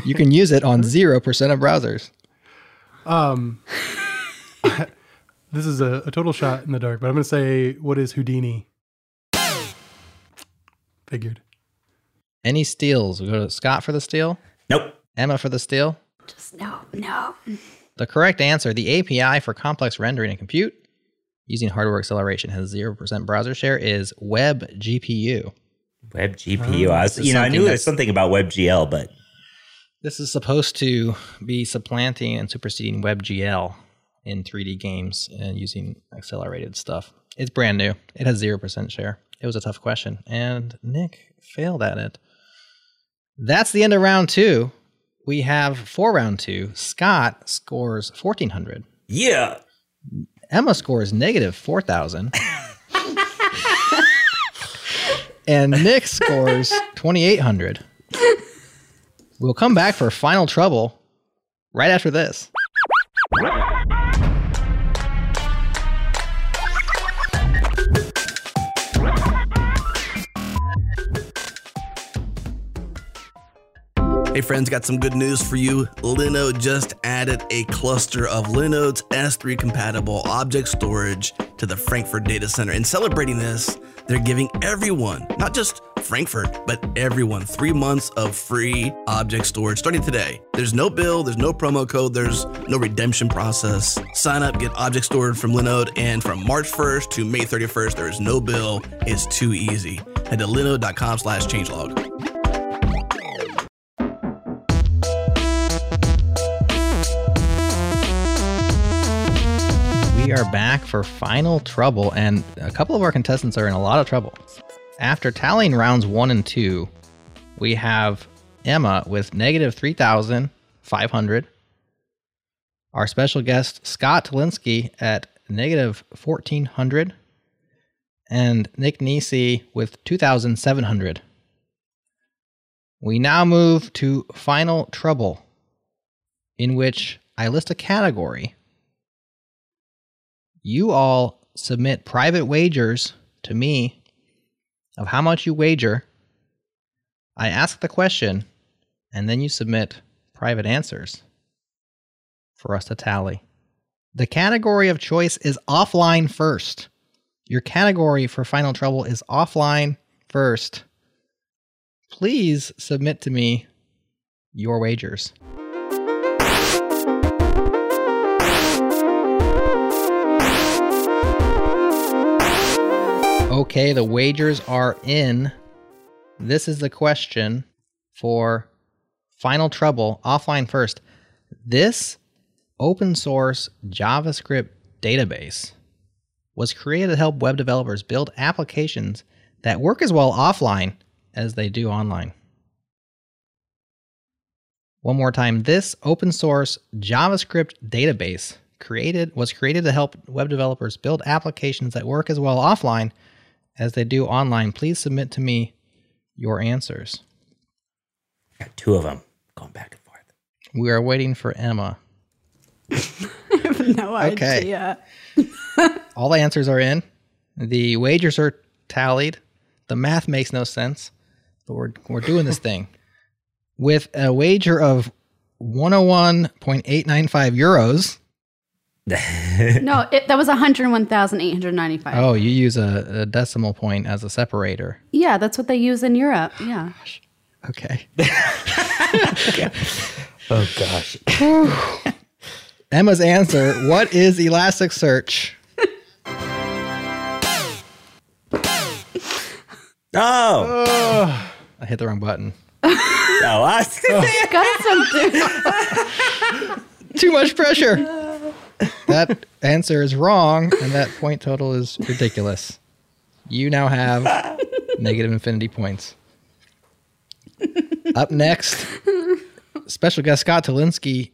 S1: You can use it on 0% of browsers.
S2: Um, [laughs] this is a, a total shot in the dark, but I'm going to say, what is Houdini? Figured.
S1: Any steals? We go to Scott for the steal,
S3: nope.
S1: Emma for the steal.
S4: Just no, no. [laughs]
S1: The correct answer, the API for complex rendering and compute using hardware acceleration has 0% browser share is WebGPU.
S3: Web GPU. I was,
S1: This is
S3: you know, I
S1: something
S3: knew there
S1: Oh, that's-
S3: was something about WebGL, but
S1: This is supposed to be supplanting and superseding WebGL in 3D games and using accelerated stuff. It's brand new. It has 0% share. It was a tough question, and Nick failed at it. That's the end of round two. We have for round two, Scott scores 1400.
S3: yeah.
S1: Emma scores negative 4,000. and Nick scores 2,800. We'll come back for final trouble right after this.
S5: Hey friends, got some good news for you. Linode just added a cluster of Linode's S3 compatible object storage to the Frankfurt data center. And celebrating this, they're giving everyone, not just Frankfurt, but everyone, three months of free object storage starting today. There's no bill, there's no promo code, there's no redemption process. Sign up, get object stored from Linode, and from March 1st to May 31st, there is no bill. It's too easy. Head to linode.com slash changelog.
S1: We are back for final trouble, and a couple of our contestants are in a lot of trouble. After tallying rounds one and two, we have Emma with negative 3,500. Our special guest, Scott Talinsky, at negative 1,400. And Nick Nisi with 2,700. We now move to final trouble, in which I list a category you all submit private wagers to me of how much you wager. I ask the question, and then you submit private answers for us to tally. The category of choice is offline first. Your category for Final Trouble is offline first. Please submit to me your wagers. Okay, the wagers are in. This is the question for Final Trouble offline first. This open source JavaScript database was created to help web developers build applications that work as well offline as they do online. One more time, this open source JavaScript database created was created to help web developers build applications that work as well offline as they do online. Please submit to me your answers.
S3: Got two of them going back and forth.
S1: We are waiting for Emma.
S4: I have no
S1: Okay.
S4: idea.
S1: All the answers are in. The wagers are tallied. The math makes no sense, but we're, we're doing this thing. With a wager of 101.895 euros.
S4: No, it, that was 101,895.
S1: Oh, you use a, a decimal point as a separator.
S4: Yeah, that's what they use in Europe. Yeah.
S1: Okay.
S3: [laughs] Oh gosh.
S1: Emma's answer What is Elasticsearch?
S3: Oh,
S1: I hit the wrong button.
S3: no, I [laughs]
S1: Oh.
S3: was gonna
S1: [laughs]
S3: say-
S4: Got something.
S1: Too much pressure. [laughs] that answer is wrong, and that point total is ridiculous. You now have negative infinity points. Up next, special guest Scott Talinsky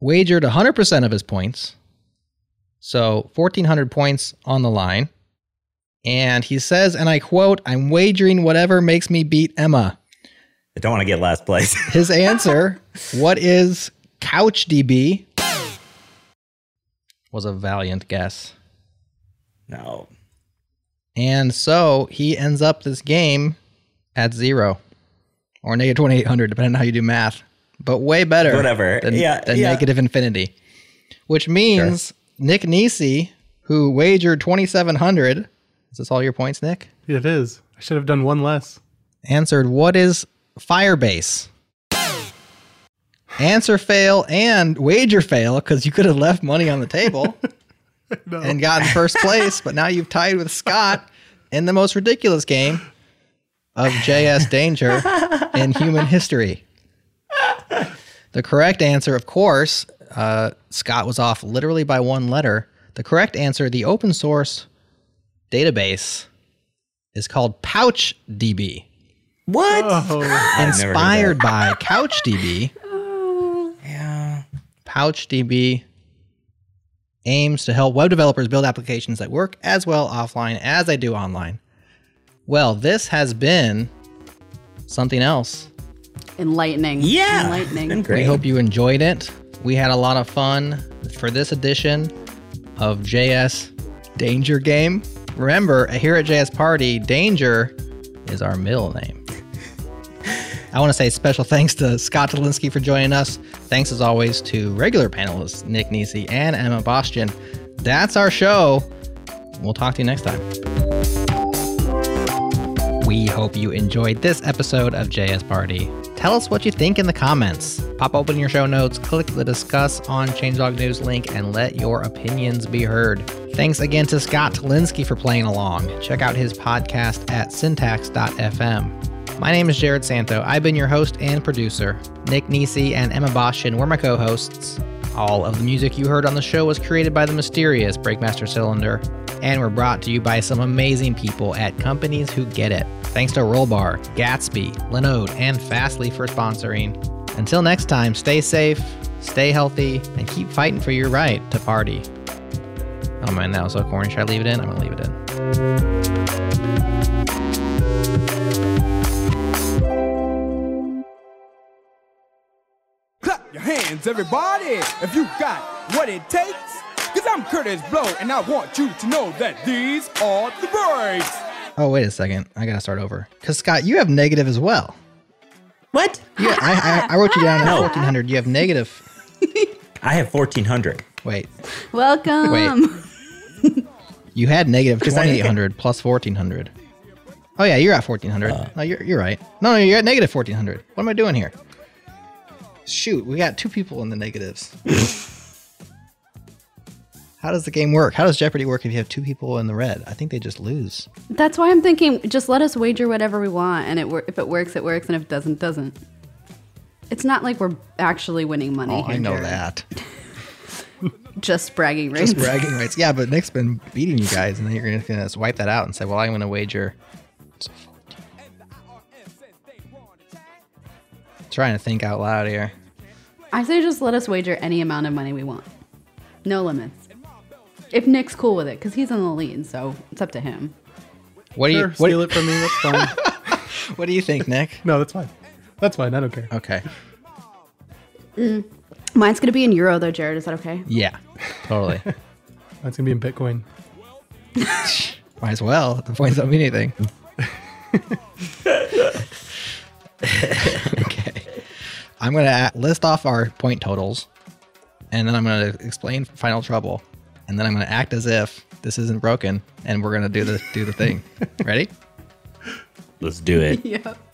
S1: wagered 100% of his points. So 1,400 points on the line. And he says, and I quote, I'm wagering whatever makes me beat Emma.
S3: I don't want to get last place. [laughs]
S1: His answer, what is CouchDB? Was a valiant guess.
S3: no.
S1: And so he ends up this game at zero or negative 2800, depending on how you do math, but way better.
S3: Whatever.
S1: Than,
S3: Yeah,
S1: than
S3: yeah.
S1: negative infinity, which means Nick Nisi, who wagered 2700, is this all your points, Nick?
S2: It is. I should have done one less.
S1: answered what is firebase answer fail and wager fail because you could have left money on the table
S2: No.
S1: and gotten first place but now you've tied with scott in the most ridiculous game of js danger in human history the correct answer of course uh, scott was off literally by one letter the correct answer the open source database is called pouchdb
S3: What?
S2: Oh,
S3: I've never heard that.
S1: inspired by CouchDB.
S3: Yeah.
S1: CouchDB aims to help web developers build applications that work as well offline as they do online. Well, this has been something else.
S4: Enlightening.
S3: Yeah.
S4: Enlightening.
S3: Been great.
S1: We hope you enjoyed it. We had a lot of fun for this edition of JS Danger Game. Remember, here at JS Party, Danger is our middle name. I want to say special thanks to Scott Dolinsky for joining us. Thanks as always to regular panelists Nick Nisi and Emma Bostian. That's our show. We'll talk to you next time. We hope you enjoyed this episode of JS Party. Tell us what you think in the comments. Pop open your show notes, click the discuss on Changelog News link, and let your opinions be heard. Thanks again to Scott Talinsky for playing along. Check out his podcast at syntax.fm. My name is Jared Santo. I've been your host and producer. Nick Nisi and Emma Boshin were my co hosts. All of the music you heard on the show was created by the mysterious Breakmaster Cylinder and were brought to you by some amazing people at companies who get it. Thanks to Rollbar, Gatsby, Linode, and Fastly for sponsoring. Until next time, stay safe, stay healthy, and keep fighting for your right to party. Oh man, that was so corny. Should I leave it in? I'm gonna leave it in.
S6: Clap your hands, everybody, if you got what it takes. Cause I'm Curtis Blow, and I want you to know that these are the breaks.
S1: Oh, wait a second. I gotta start over. Because Scott, you have negative as well.
S3: What?
S1: Yeah, I, I, I wrote you down at
S3: No.
S1: 1400. You have negative.
S3: I have 1400.
S1: Wait,
S4: Welcome.
S1: Wait. you had negative
S3: 'Cause I think I-
S1: 2800 plus 1400. Oh, yeah, you're at 1400. no, you're, you're right. No, no, you're at negative 1400. What am I doing here? Shoot, we got two people in the negatives. How does the game work? How does Jeopardy work if you have two people in the red? I think they just lose.
S4: That's why I'm thinking just let us wager whatever we want and it wor- if it works it works and if it doesn't doesn't. It's not like we're actually winning money
S1: Oh,
S4: here.
S1: I know
S4: Jared.
S1: that.
S4: Just bragging rights.
S1: Just bragging rights. Yeah, but Nick's been beating you guys, and then you're going to wipe that out and say, well, I'm going to wager. Trying to think out loud here.
S4: [laughs] I say just let us wager any amount of money we want. No limits. If Nick's cool with it cuz he's in the lead, so it's up to him.
S1: What do you
S2: sure,
S1: what, [laughs]
S2: steal it from me. That's fine.
S1: what do you think, Nick?
S2: No, that's fine. That's fine. I don't care.
S1: Okay.
S4: Mine's gonna be in euro though, Jared. Is that okay?
S1: Yeah. Totally.
S2: That's gonna be in Bitcoin.
S1: Might as well. The points don't mean anything. okay. I'm going to list off our point totals, and then I'm going to explain Final Trouble, and then I'm going to act as if this isn't broken, and we're going to do the do the thing. Ready?
S3: Let's do it.
S4: Yep.